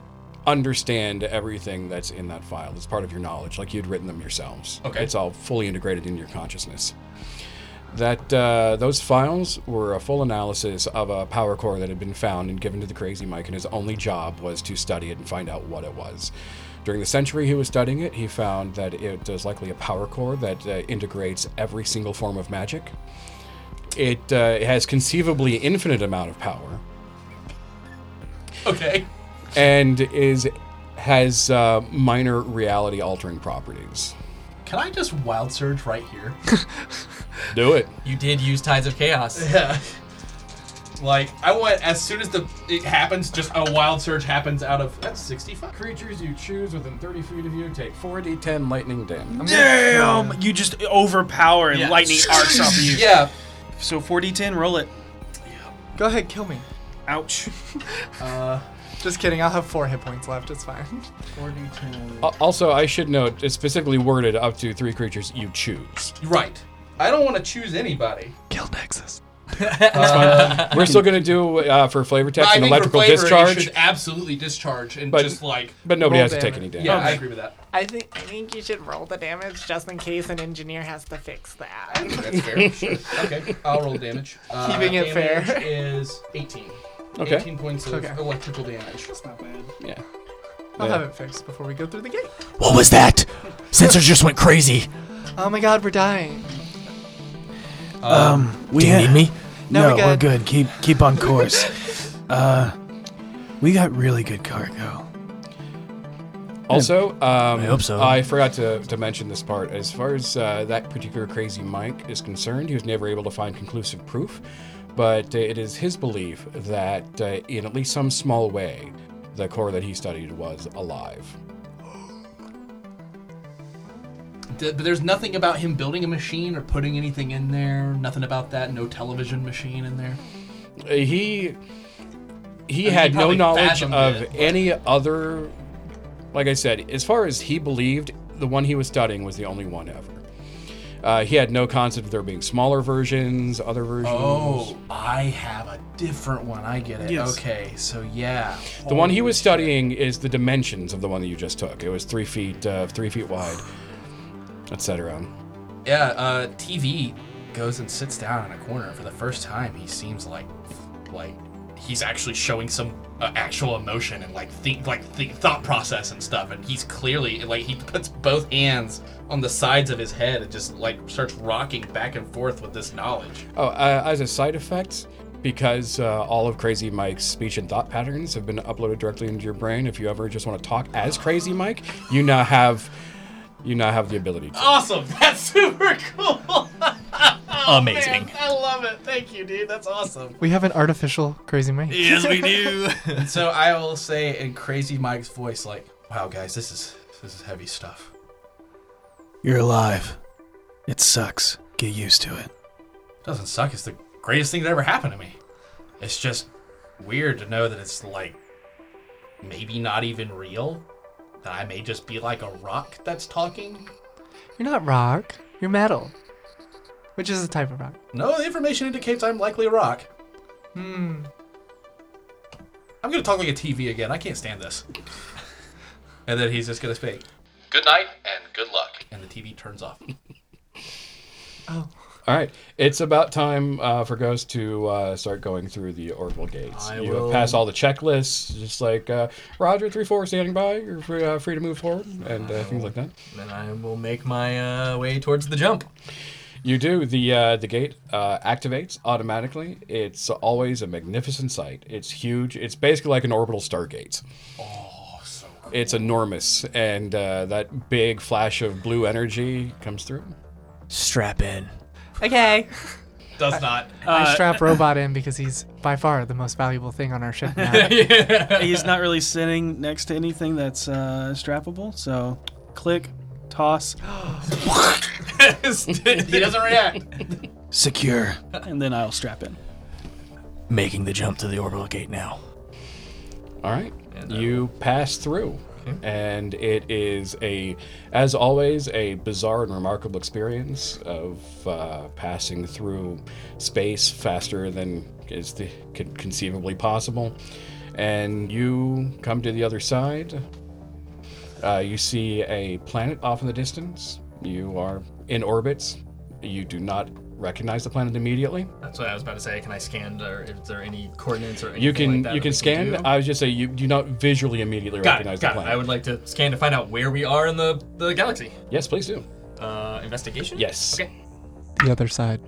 H: understand everything that's in that file. It's part of your knowledge, like you'd written them yourselves.
C: Okay.
H: It's all fully integrated in your consciousness. That uh, those files were a full analysis of a power core that had been found and given to the Crazy Mike, and his only job was to study it and find out what it was. During the century he was studying it, he found that it is likely a power core that uh, integrates every single form of magic. It uh, has conceivably infinite amount of power,
C: Okay.
H: and is has uh, minor reality altering properties.
C: Can I just wild surge right here?
H: Do it.
G: You did use Tides of Chaos.
C: yeah. Like I want as soon as the it happens, just a wild surge happens out of that's 65.
H: Creatures you choose within 30 feet of you take 4d10 lightning damage.
F: Damn! Um, You just overpower and
H: Yeah.
F: lightning arcs off of you.
C: Yeah.
F: So 4d10, roll it.
D: Go ahead, kill me.
F: Ouch.
D: Uh, just kidding. I'll have four hit points left. It's fine. Four d
C: Mm-hmm.
D: ten.
H: Al- Also, I should note it's specifically worded up to three creatures you choose.
C: Right. I don't want to choose anybody.
D: Kill Nexus.
H: We're still going to do uh, for flavor text
C: I
H: an
C: think for
H: electrical
C: flavor, You
H: discharge.
C: should absolutely discharge and
H: But-
C: just like.
H: but nobody has to take any damage.
C: Yeah, I
H: Okay.
C: agree with that.
D: I think I think you should roll the damage just in case an engineer has to fix that.
C: That's fair. Sure. Okay, I'll roll damage. Uh,
D: Keeping it fair.
C: damage Is 18.
H: Okay.
C: 18 points of
D: Okay.
C: electrical damage.
F: That's not bad.
H: Yeah.
D: I'll
H: Yeah.
D: have it fixed before we go through the gate.
G: What was that? Sensors just went crazy.
D: Oh my god, we're dying.
E: Um, we
G: Do you
E: ha-
G: need me?
D: No,
E: No,
D: we're
E: we're good. Keep keep on course. uh, we got really good cargo.
H: Also, um, I
E: hope so.
H: forgot to, to mention this part. As far as uh, that particular crazy Mike is concerned, he was never able to find conclusive proof, but uh, it is his belief that, uh, in at least some small way, the core that he studied was alive.
C: D- but there's nothing about him building a machine or putting anything in there. Nothing about that. No television machine in there.
H: Uh, He he
C: mean,
H: had
C: he
H: no
C: probably
H: knowledge
C: fathomed
H: of
C: it, but-
H: any other. Like I said, as far as he believed, the one he was studying was the only one ever. Uh, he had no concept of there being smaller versions, other versions.
C: Oh, I have a different one. I get it.
F: Yes.
C: Okay, so yeah.
H: The one he was studying is the dimensions of the one that you just took. It was three feet, uh, three feet wide, etc.
C: Yeah, uh, TV goes and sits down in a corner for the first time. He seems like, like, he's actually showing some uh, actual emotion and like think, like think, thought process and stuff. And he's clearly like he puts both hands on the sides of his head and just like starts rocking back and forth with this knowledge.
H: Oh, uh, as a side effect, because uh, all of Crazy Mike's speech and thought patterns have been uploaded directly into your brain. If you ever just want to talk as Crazy Mike, you now have, you now have the ability. To.
C: Awesome! That's super cool. Oh,
G: Amazing.
C: I love it. Thank you, dude. That's awesome.
D: We have an artificial crazy mate.
G: Yes, we do.
C: And so I will say in Crazy Mike's voice, like, "Wow, guys, this is this is heavy stuff."
E: You're alive. It sucks. Get used to it.
C: doesn't suck. It's the greatest thing that ever happened to me. It's just weird to know that it's like maybe not even real. That I may just be like a rock that's talking.
D: You're not rock. You're metal, which is a type of rock.
C: No, the information indicates I'm likely a rock.
D: Hmm.
C: I'm gonna talk like a TV again. I can't stand this. and then he's just gonna speak.
J: Good night and good luck.
C: And the TV turns off.
H: All right, it's about time uh, for Ghost to uh, start going through the orbital gates.
G: I
H: you
G: will-
H: pass all the checklists, just like uh, Roger three four standing by. You're free, uh, free to move forward and uh, things like that.
G: Then I will make my uh, way towards the jump.
H: You do. The uh, the gate uh, activates automatically. It's always a magnificent sight. It's huge. It's basically like an orbital stargate.
C: Oh, so
H: It's enormous, and uh, that big flash of blue energy comes through.
G: Strap in.
M: Okay.
C: Does not.
D: I strap Robot in because he's by far the most valuable thing on our ship now.
F: He's not really sitting next to anything that's uh, strappable, so click, toss.
C: he doesn't react.
E: Secure.
F: And then I'll strap in.
E: Making the jump to the orbital gate now.
H: All right. you pass through. And it is a, as always, a bizarre and remarkable experience of uh, passing through space faster than is the, con- conceivably possible. And you come to the other side. Uh, you see a planet off in the distance. You are in orbit. You do not recognize the planet immediately.
N: That's what I was about to say. Can I scan? Or is there any coordinates or anything
H: You can
N: like that that
H: you can
N: we
H: scan.
N: do?
H: I was just saying you do not visually immediately
N: Got
H: recognize
N: it. Got
H: the
N: it.
H: planet.
N: I would like to scan to find out where we are in the the galaxy.
H: Yes, please do.
N: Uh, investigation.
H: Yes.
N: Okay.
D: The other side.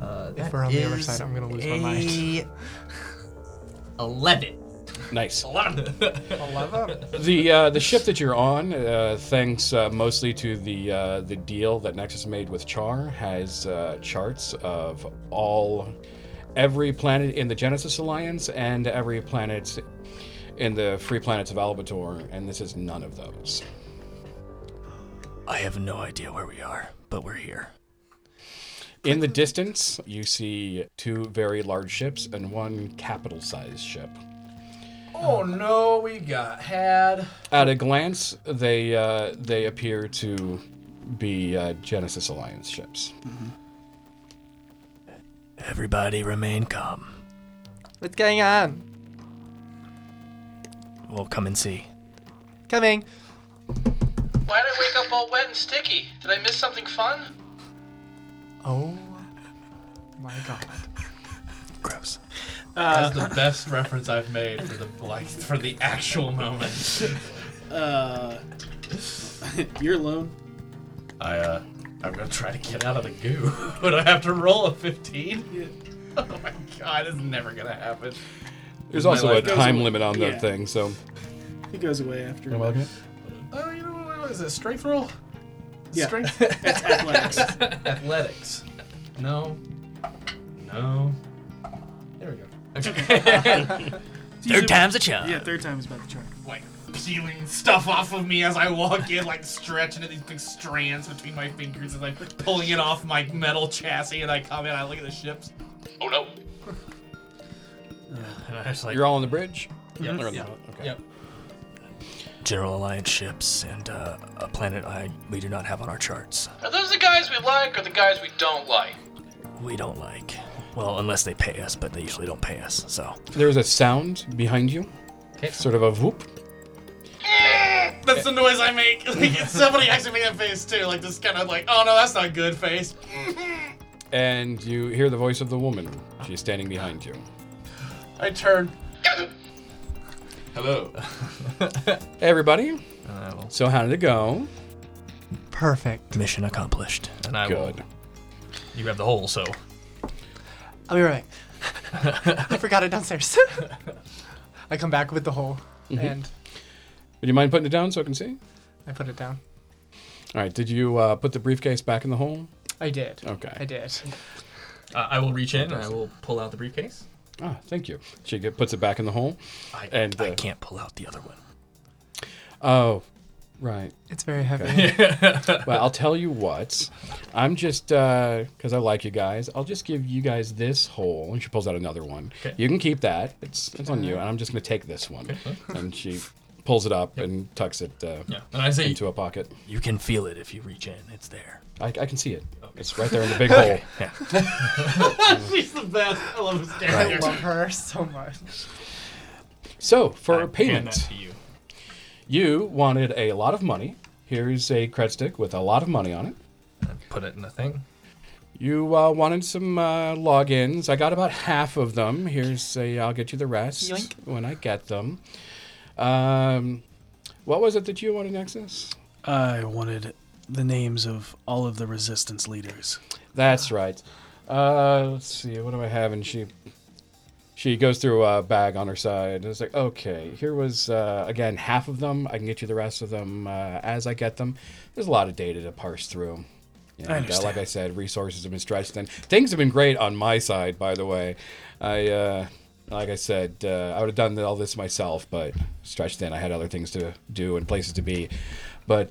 N: Uh,
D: if
N: that
D: we're on the other
N: is
D: side, I'm gonna lose
N: a-
D: my mind.
N: Eleven.
H: Nice.
N: Eleven.
H: the uh, the ship that you're on, uh, thanks uh, mostly to the uh, the deal that Nexus made with Char, has uh, charts of all every planet in the Genesis Alliance and every planet in the Free Planets of Albator, and this is none of those.
E: I have no idea where we are, but we're here.
H: In the distance, you see two very large ships and one capital-sized ship.
I: Oh no, we got had.
H: At a glance, they uh, they appear to be uh, Genesis Alliance ships.
E: Everybody remain calm.
D: What's going on?
E: We'll come and see.
D: Coming.
C: Why did I wake up all wet and sticky? Did I miss something fun?
D: Oh my god.
E: Gross.
C: That's the best reference I've made for the like for the actual moment.
F: Uh, you're alone.
C: I uh, I'm gonna try to get out of the goo. Would I have to roll a 15? Oh my god, it's never gonna happen.
H: There's
C: My
H: also a
C: life goes
H: time
C: away.
H: limit on
C: Yeah.
H: that thing, so
F: It goes away after.
C: Oh, you know what? what Is it strength roll?
F: Yeah.
C: Strength.
F: It's athletics.
C: athletics. No. No. There we go.
G: Third time's a charm.
F: Yeah, third time's about the charm.
C: Like peeling stuff off of me as I walk in, like stretching it, these big strands between my fingers, and like pulling it off my metal chassis. And I come in, I look at the ships. Oh no!
N: And I was like,
H: you're all on the bridge.
N: Yep.
H: They're on the-
N: Yep.
H: okay.
N: Yep.
E: General Alliance ships and uh, a planet I we do not have on our charts.
C: Are those the guys we like or the guys we don't like?
E: We don't like. Well, unless they pay us, but they usually don't pay us. So
H: There's a sound behind you, sort of a whoop.
C: That's the noise I make. Like, somebody actually made that face too, like this kind of like, oh no, that's not a good face.
H: and you hear the voice of the woman. She's standing behind you.
C: I turn.
N: Hello.
H: Hey, everybody. So how did it go?
D: Perfect.
E: Mission accomplished.
N: And I
H: Good.
N: will. You have the hole, so.
D: I'll be right back. I forgot it downstairs. I come back with the hole
H: Mhm.
D: and
H: Would you mind putting it down so I can see?
D: I put it down.
H: All right. Did you uh, put the briefcase back in the hole?
D: I did.
H: Okay.
D: I did.
N: Uh, I will reach in and I will pull out the briefcase.
H: Ah, thank you. She get, puts it back in the hole.
N: I-
H: and uh,
N: I
E: can't pull out the other one.
H: Oh, right.
D: It's very heavy.
H: well, I'll tell you what. I'm just because I like you guys. I'll just give you guys this hole, and she pulls out another one.
N: Okay.
H: You can keep that. It's it's on you, and I'm just gonna take this one. and she pulls it up and tucks it uh,
N: Yeah, and I say-
H: into a pocket.
E: You can feel it if you reach in. It's there.
H: I, I can see it. It's right there in the big hole.
C: She's the best. I love this
D: I
C: character.
D: love her so much.
H: So for
N: Hand
H: payment,
N: that to you.
H: you wanted a lot of money. Here's a cred stick with a lot of money on it.
N: Put it in the thing.
H: You uh, wanted some uh, logins. I got about half of them. Here's a, I'll get you the rest
D: Yoink.
H: when I get them. Um, what was it that you wanted, Nexus?
F: I wanted the names of all of the resistance leaders.
H: That's right. Uh, let's see. What do I have? And she, She goes through a bag on her side and it's like, okay, here was, uh, again, half of them. I can get you the rest of them uh, as I get them. There's a lot of data to parse through. And,
E: I
H: Uh, like
E: understand.
H: I said, resources have been stretched thin. Things have been great on my side, by the way. I, uh, like I said, uh, I would have done all this myself, but stretched thin. I had other things to do and places to be. But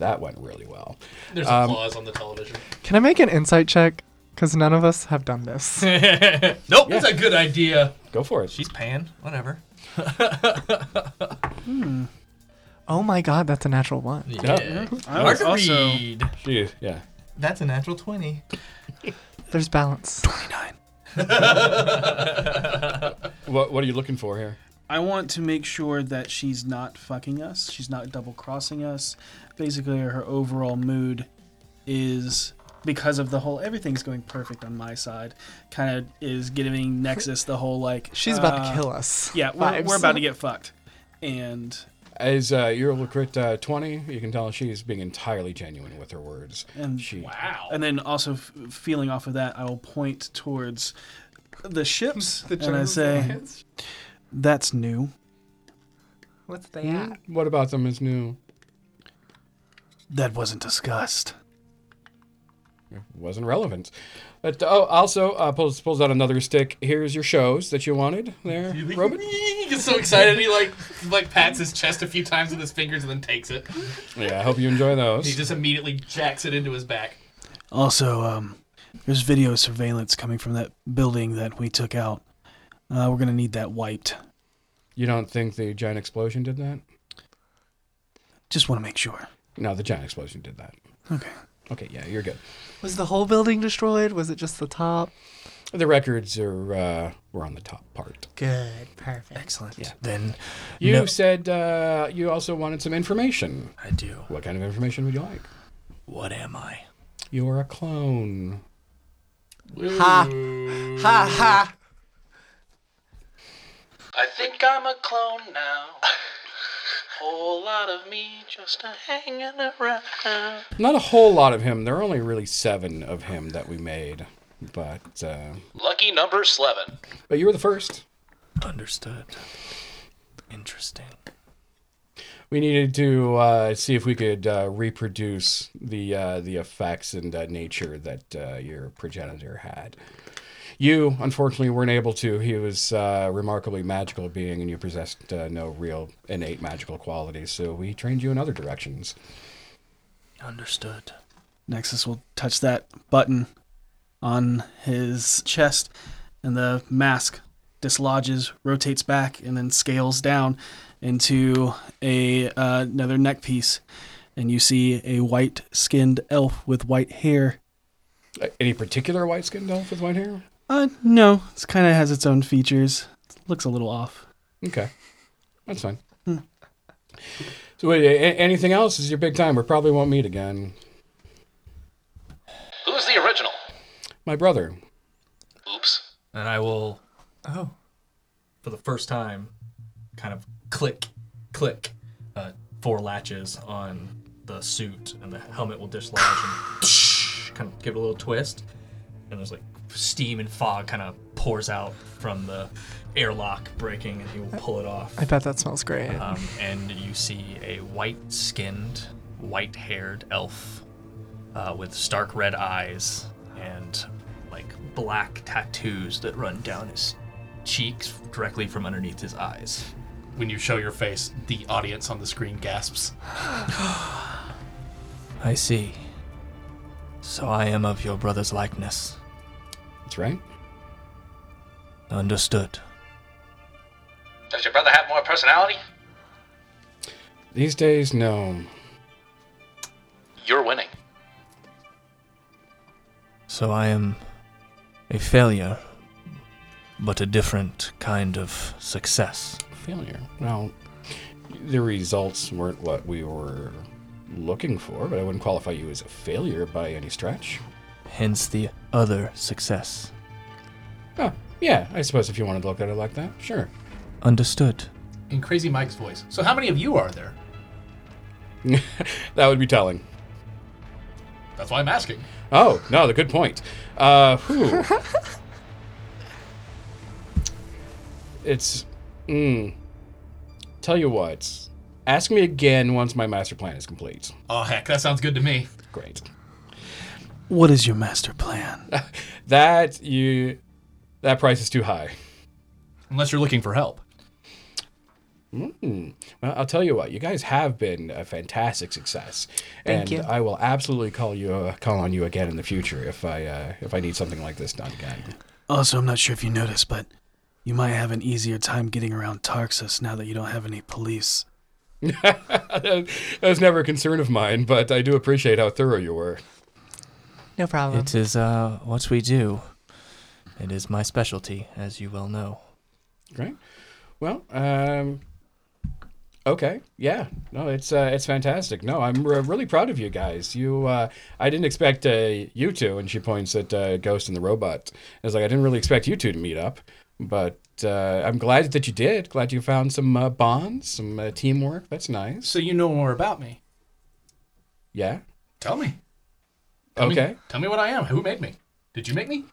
H: that went really well.
C: There's
H: Um,
C: applause on the television.
D: Can I make an insight check? Because none of us have done this.
C: nope. That's a good idea.
H: Go for it.
G: She's paying. Whatever.
D: Hmm. Oh my god, that's a natural one.
G: Yeah.
F: I was
G: Hard to
F: also-
G: read.
H: She, yeah.
G: That's a natural 20.
D: There's balance.
H: What, what are you looking for here?
F: I want to make sure that she's not fucking us. She's not double crossing us. Basically, her overall mood is because of the whole everything's going perfect on my side. Kind of is giving Nexus the whole like
D: She's about to kill us
F: Uh, Yeah, we're,
D: vibes.
F: we're about to get fucked. And
H: As uh, you're Lucrit uh, 20, you can tell she's being entirely genuine with her words.
F: and
H: She,
F: wow. And then also f- feeling off of that, I will point towards the ships
D: The
F: and I
D: Jones
F: say,
D: Alliance.
F: "That's new."
D: What's the
H: Hmm? What about them is new?
F: That wasn't discussed.
H: Wasn't relevant. But oh, also uh, pulls pulls out another stick. Here's your shows that you wanted. There, Robin.
C: He gets so excited he like like pats his chest a few times with his fingers and then takes it.
H: Yeah, I hope you enjoy those.
C: He just immediately jacks it into his back.
F: Also, um, there's video surveillance coming from that building that we took out. Uh, we're gonna need that wiped.
H: You don't think the giant explosion did that?
F: Just want to make sure.
H: No, the giant explosion did that.
F: Okay.
H: Okay, yeah, you're good.
D: Was the whole building destroyed? Was it just the top?
H: The records are uh, were on the top part.
D: Good. Perfect.
E: Excellent. Then
H: You
E: No.
H: said uh, you also wanted some information.
E: I do.
H: What kind of information would you like?
E: What am I?
H: You're a clone.
D: Ha. Ha ha.
K: I think I'm a clone now. Whole lot of me just a hanging around.
H: Not a whole lot of him. There are only really seven of him that we made, but uh,
C: Lucky number eleven.
H: but you were the first.
E: Understood. Interesting.
H: We needed to uh, see if we could uh, reproduce the uh, the effects and uh, nature that uh, your progenitor had. You unfortunately weren't able to. He was uh, a remarkably magical being, and you possessed uh, no real innate magical qualities. So we trained you in other directions.
E: Understood.
F: Nexus will touch that button on his chest, and the mask dislodges, rotates back, and then scales down into a uh, another neck piece. And you see a white-skinned elf with white hair.
H: Uh, Any particular white skinned elf with white hair?
F: Uh, no, it's kind of has its own features. Looks a little off.
H: Okay, that's fine.
F: Hmm.
H: So, wait, a- anything else This is your big time? We probably won't meet again.
J: Who's the original?
H: My brother.
J: Oops.
N: And I will,
D: Oh.
N: for the first time, kind of click, click, uh, four latches on the suit, and the helmet will dislodge and kind of give it a little twist. And there's like steam and fog kind of pours out from the airlock breaking, and he will pull it off.
D: I bet that smells great.
E: Uh,
N: Um, and you see a white skinned, white haired elf uh, with stark red eyes and like black tattoos that run down his cheeks directly from underneath his eyes.
C: When you show your face, the audience on the screen gasps.
E: I see. So I am of your brother's likeness.
H: That's right.
E: Understood.
J: Does your brother have more personality?
H: These days, no.
J: You're winning.
E: So I am a failure, but a different kind of success.
H: Failure. Well, the results weren't what we were looking for, but I wouldn't qualify you as a failure by any stretch.
E: Hence the other success.
H: Oh, yeah, I suppose if you wanted to look at it like that, sure.
E: Understood.
C: In Crazy Mike's voice. So how many of you are there?
H: That would be telling.
C: That's why I'm asking.
H: Oh, no, the good point. Uh, whew. It's. Mm, tell you what. Ask me again once my master plan is complete.
C: Oh heck, that sounds good to me.
H: Great.
F: What is your master plan?
H: That you. That price is too high.
C: Unless you're looking for help.
H: Mm. Well, I'll tell you what. You guys have been a fantastic success,
D: Thank
H: and
D: you.
H: I will absolutely call you uh, call on you again in the future if I uh, if I need something like this done again.
F: Also, I'm not sure if you noticed, but you might have an easier time getting around Tarxus now that you don't have any police.
H: that was never a concern of mine, but I do appreciate how thorough you were.
D: No problem.
G: It is uh, what we do. It is my specialty, as you well know.
H: Great. Well, um, okay, yeah, no, it's uh, it's fantastic. No, I'm re- really proud of you guys. You, uh, I didn't expect uh, you two. And she points at uh, Ghost and the robot. I was like, I didn't really expect you two to meet up, but uh, I'm glad that you did. Glad you found some uh, bonds, some uh, teamwork. That's nice.
I: So you know more about me.
H: Yeah.
C: Tell me. Tell
H: Okay.
C: Me, tell me what I am. Who made me? Did you make me?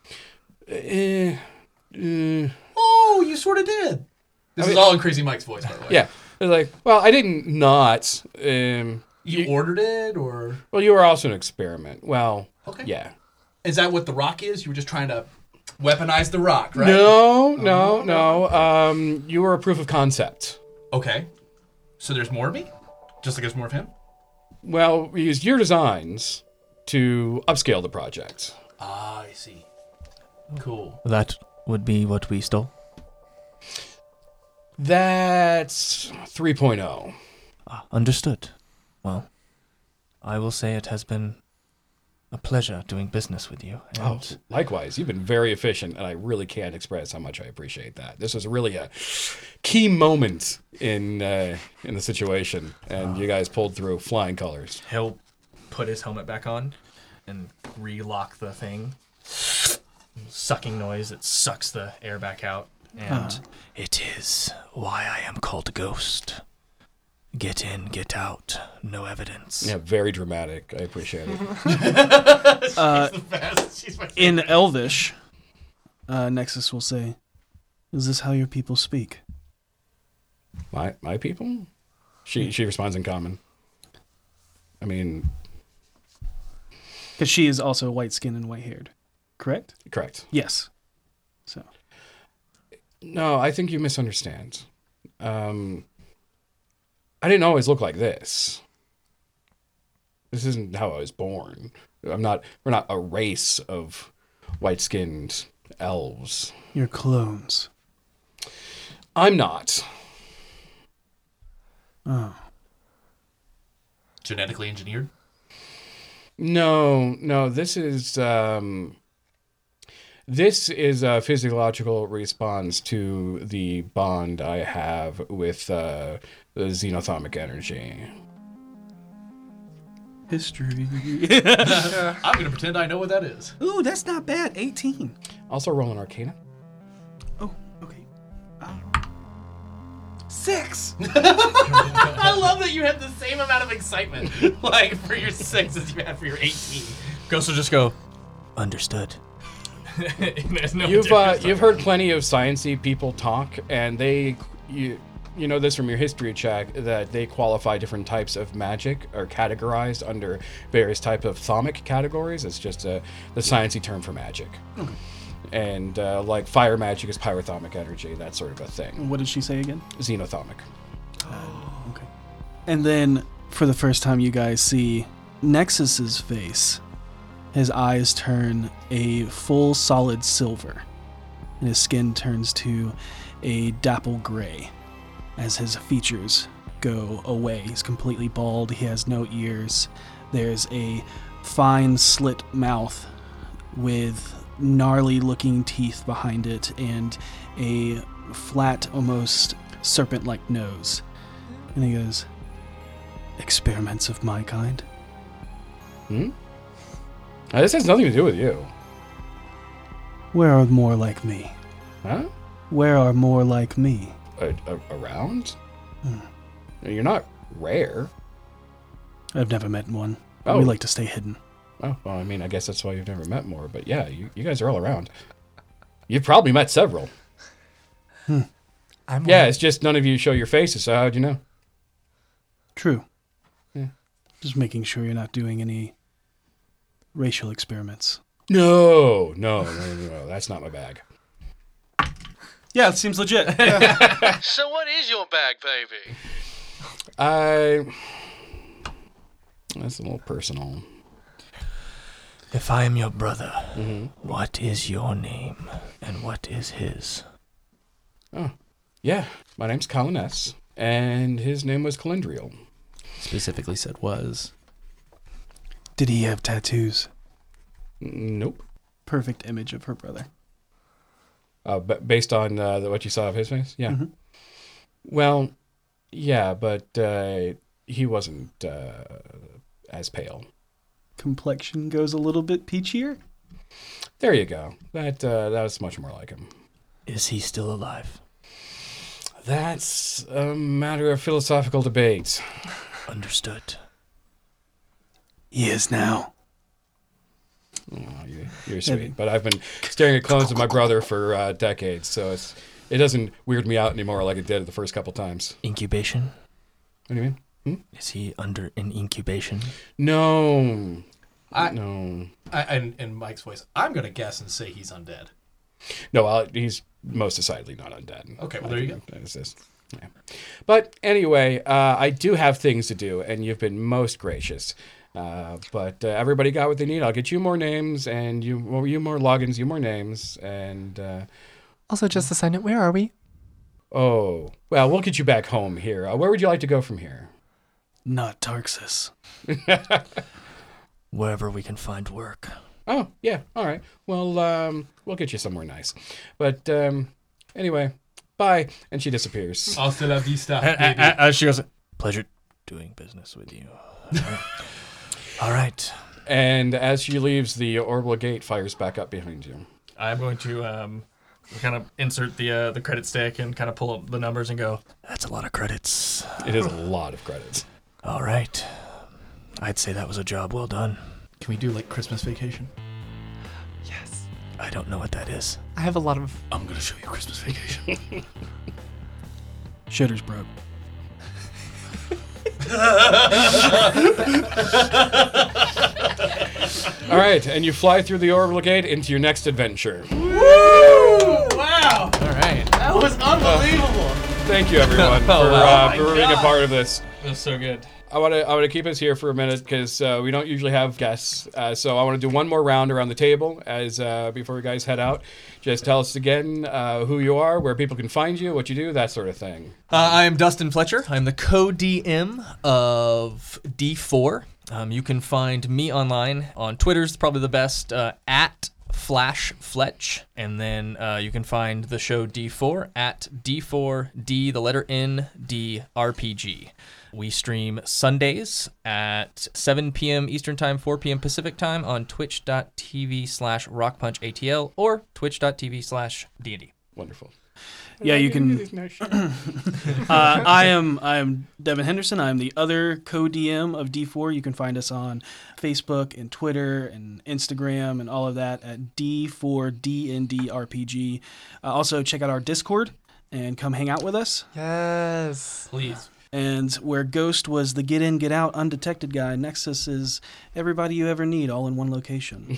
H: Eh, eh.
I: Oh, you sort of did.
C: This
H: I
C: is
H: mean-
C: all in Crazy Mike's voice, by the way.
H: Yeah. They're like, well, I didn't not. Um,
C: You, ordered it, or
H: well, you were also an experiment. Well,
C: Okay.
H: yeah.
C: is that what the rock is? You were just trying to weaponize the rock, right?
H: No, no, no. Um, you were a proof of concept.
C: Okay. So there's more of me? Just like there's more of him?
H: Well, we used your designs to upscale the project.
C: Ah, I see. Cool.
G: That would be what we stole.
H: That's oh. 3.0.
G: Understood. Well, I will say it has been a pleasure doing business with you.
H: Oh,
G: and-
H: likewise, you've been very efficient, and I really can't express how much I appreciate that. This was really a key moment in uh, in the situation, and you guys pulled through flying colors.
N: He'll put his helmet back on and relock the thing. Sucking noise that sucks the air back out. And
E: Huh. It is why I am called a ghost. Get in, get out, no evidence.
H: Yeah, very dramatic. I appreciate it.
F: Uh,
C: She's the best. She's my
F: in
C: favorite.
F: Elvish, uh, Nexus will say, Is this how your people speak?
H: My my people? She she responds in common. I mean,
F: Because she is also white skinned and white haired, correct?
H: correct.
F: Yes. So,
H: No, I think you misunderstand. Um, I didn't always look like this. This isn't how I was born. I'm not. We're not a race of white-skinned elves.
F: your clones.
H: I'm not.
F: Oh.
C: Genetically engineered?
H: No, no, this is um, this is a physiological response to the bond I have with uh, the xenothomic energy.
F: History.
C: I'm going to pretend I know what that is.
F: Ooh, that's not bad. 18.
H: Also, roll an arcana.
F: Oh, okay. Six!
C: I love that you have the same amount of excitement, like for your six as you have for your eighteen.
N: Ghost will just go.
G: Understood.
N: There's no
H: you've uh,
N: difference.
H: you've heard plenty of sciency people talk, and they you you know this from your history check that they qualify different types of magic or categorized under various type of thomic categories. It's just a the sciency term for magic. And uh, like fire magic is pyrothomic energy, that sort of a thing.
F: What did she say again?
H: Xenothomic.
F: And then, for the first time, you guys see Nexus's face. His eyes turn a full solid silver, and his skin turns to a dapple gray as his features go away. He's completely bald, he has no ears. There's a fine slit mouth with gnarly looking teeth behind it and a flat, almost serpent like nose. And he goes, Experiments of my kind?
H: Hmm? Now, this has nothing to do with you.
F: Where are more like me?
H: Huh?
F: Where are more like me?
H: A, a, around? Hmm. You're not rare.
F: I've never met one.
H: Oh.
F: We like to stay hidden.
H: Oh, well, I mean, I guess that's why you've never met more, but yeah, you, you guys are all around. You've probably met several.
D: I'm
H: yeah, it's just none of you show your faces, so how'd you know?
F: True.
H: Yeah.
F: Just making sure you're not doing any racial experiments.
H: No, no, no, no, no, that's not my bag.
F: Yeah, it seems legit.
K: so what is your bag, baby?
H: I. That's a little personal.
E: If I am your brother, what is your name and what is his?
H: Oh, yeah. My name's Colin S. And his name was Calendriel.
G: Specifically said was.
F: Did he have tattoos?
H: Nope.
F: Perfect image of her brother.
H: Uh, b- based on uh, the, what you saw of his face? Yeah.
F: Mhm.
H: Well, yeah, but uh, he wasn't uh, as pale.
F: Complexion goes a little bit peachier.
H: There you go. That uh, that was much more like him.
E: Is he still alive?
H: That's a matter of philosophical debate.
E: Understood.
F: He is now.
H: Oh, you- you're sweet, but I've been staring at clones of my brother for uh, decades, so it's it doesn't weird me out anymore like it did the first couple times.
E: Incubation?
H: What do you mean?
E: Is he under an incubation?
H: No,
C: I-
H: no,
C: I, and in Mike's voice, I'm gonna guess and say he's undead.
H: no. I'll, he's most decidedly not undead.
C: Okay, well, there you go.
H: That is this. Yeah. But anyway, uh, I do have things to do, and you've been most gracious. Uh, but uh, everybody got what they need. I'll get you more names, and you well, you more logins, you more names, and. Uh,
D: Also, just assign it. Where are we?
H: Oh, well, we'll get you back home here. Uh, where would you like to go from here?
F: Not Tarxus.
E: Wherever we can find work.
H: Oh, yeah. All right. Well, um, we'll get you somewhere nice. But um, anyway, bye. And she disappears.
C: Hasta la vista, baby.
N: uh,
E: she goes, Pleasure doing business with you. All right.
H: And as she leaves, the orbital gate fires back up behind you.
N: I'm going to um, kind of insert the uh, the credit stick and kind of pull up the numbers and go.
E: That's a lot of credits.
H: It is a lot of credits.
E: All right. I'd say that was a job well done.
I: Can we do like Christmas vacation?
E: I don't know what that is.
D: I have a lot of.
I: I'm gonna show you Christmas vacation.
F: Shitter's broke.
H: All right. And you fly through the orbital gate into your next adventure.
C: Wow,
H: All right.
C: that was unbelievable.
H: Thank you, everyone, for,
N: wow.
H: uh,
N: Oh
H: for
N: my
H: being a
N: God.
H: part of this.
N: That's so good.
H: I want to I want to keep us here for a minute because uh, we don't usually have guests. Uh, so I want to do one more round around the table as uh, before we guys head out. Just tell us again uh, who you are, where people can find you, what you do, that sort of thing.
G: Uh, I'm Dustin Fletcher. I'm the co DM of D4. Um, you can find me online on Twitter's probably the best uh, at Flash Fletch, and then uh, you can find the show D4 at D4D the letter N D RPG. We stream Sundays at 7 p.m. Eastern Time, 4 p.m. Pacific Time on twitch.tv slash rockpunchatl or twitch.tv slash D&D.
H: Wonderful.
F: Yeah, you can.
H: uh,
F: I am I am Devin Henderson. I'm the other co-DM of D4. You can find us on Facebook and Twitter and Instagram and all of that at D4DNDRPG. Uh, also, check out our Discord and come hang out with us.
D: Yes.
I: Please.
F: And where Ghost was the get in, get out, undetected guy, Nexus is everybody you ever need, all in one location.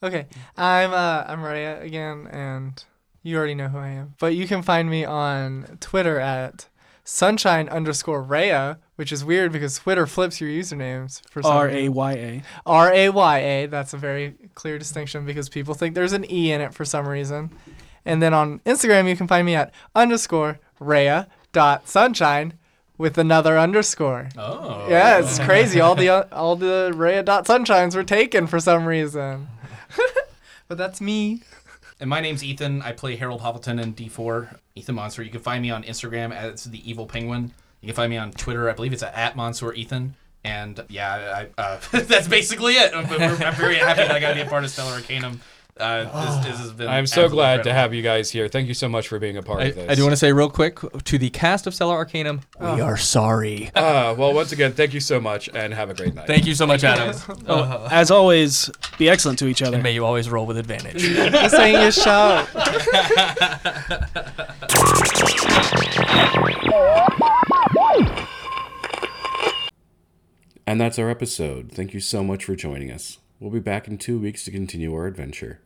D: Okay, I'm uh, I'm Raya again, and you already know who I am. But you can find me on Twitter at sunshine underscore Raya, which is weird because Twitter flips your usernames for some
F: R
D: reason.
F: A Y A.
D: R A Y A. That's a very clear distinction because people think there's an E in it for some reason. And then on Instagram, you can find me at underscore Raya dot sunshine with another underscore.
I: Oh.
D: Yeah, it's crazy. All the all the Raya dot sunshines were taken for some reason. but that's me.
C: And my name's Ethan. I play Harold Hoppleton in D4, Ethan Monster. You can find me on Instagram as the Evil Penguin. You can find me on Twitter. I believe it's at Monster Ethan. And yeah, I, I, uh, that's basically it. I'm, I'm very happy that I got to be a part of Stellar Arcanum. Uh, this, this has been
H: Ah. I'm so
C: absolutely
H: glad
C: incredible.
H: to have you guys here. Thank you so much for being a part
G: I,
H: of this.
G: I do want to say real quick to the cast of Stellar Arcanum, we
H: Oh.
G: are sorry.
H: Uh, well, once again, thank you so much and have a great night.
G: Thank you so much, Adam.
F: Oh, as always, be excellent to each other. And
G: may you always roll with advantage.
F: this
D: ain't your show.
B: And that's our episode. Thank you so much for joining us. We'll be back in two weeks to continue our adventure.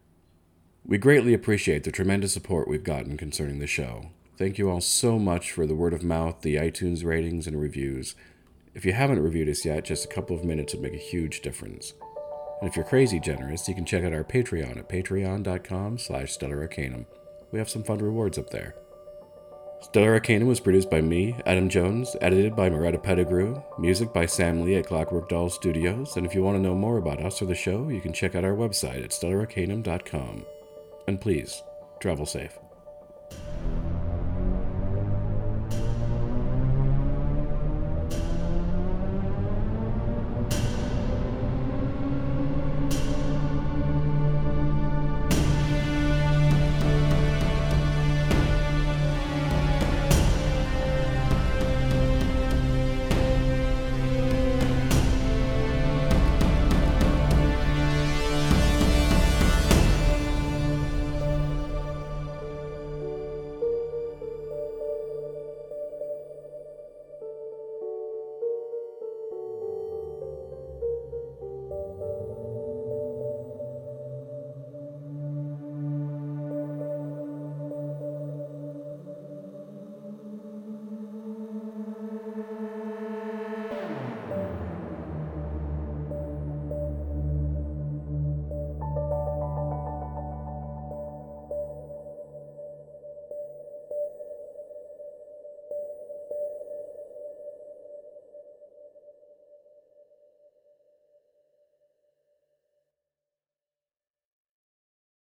B: We greatly appreciate the tremendous support we've gotten concerning the show. Thank you all so much for the word of mouth, the iTunes ratings, and reviews. If you haven't reviewed us yet, just a couple of minutes would make a huge difference. And if you're crazy generous, you can check out our Patreon at patreon.com slash stellararcanum. We have some fun rewards up there. Stellar Arcanum was produced by me, Adam Jones, edited by Moretta Pettigrew, music by Sam Lee at Clockwork Doll Studios, and if you want to know more about us or the show, you can check out our website at stellararcanum.com. And please, travel safe.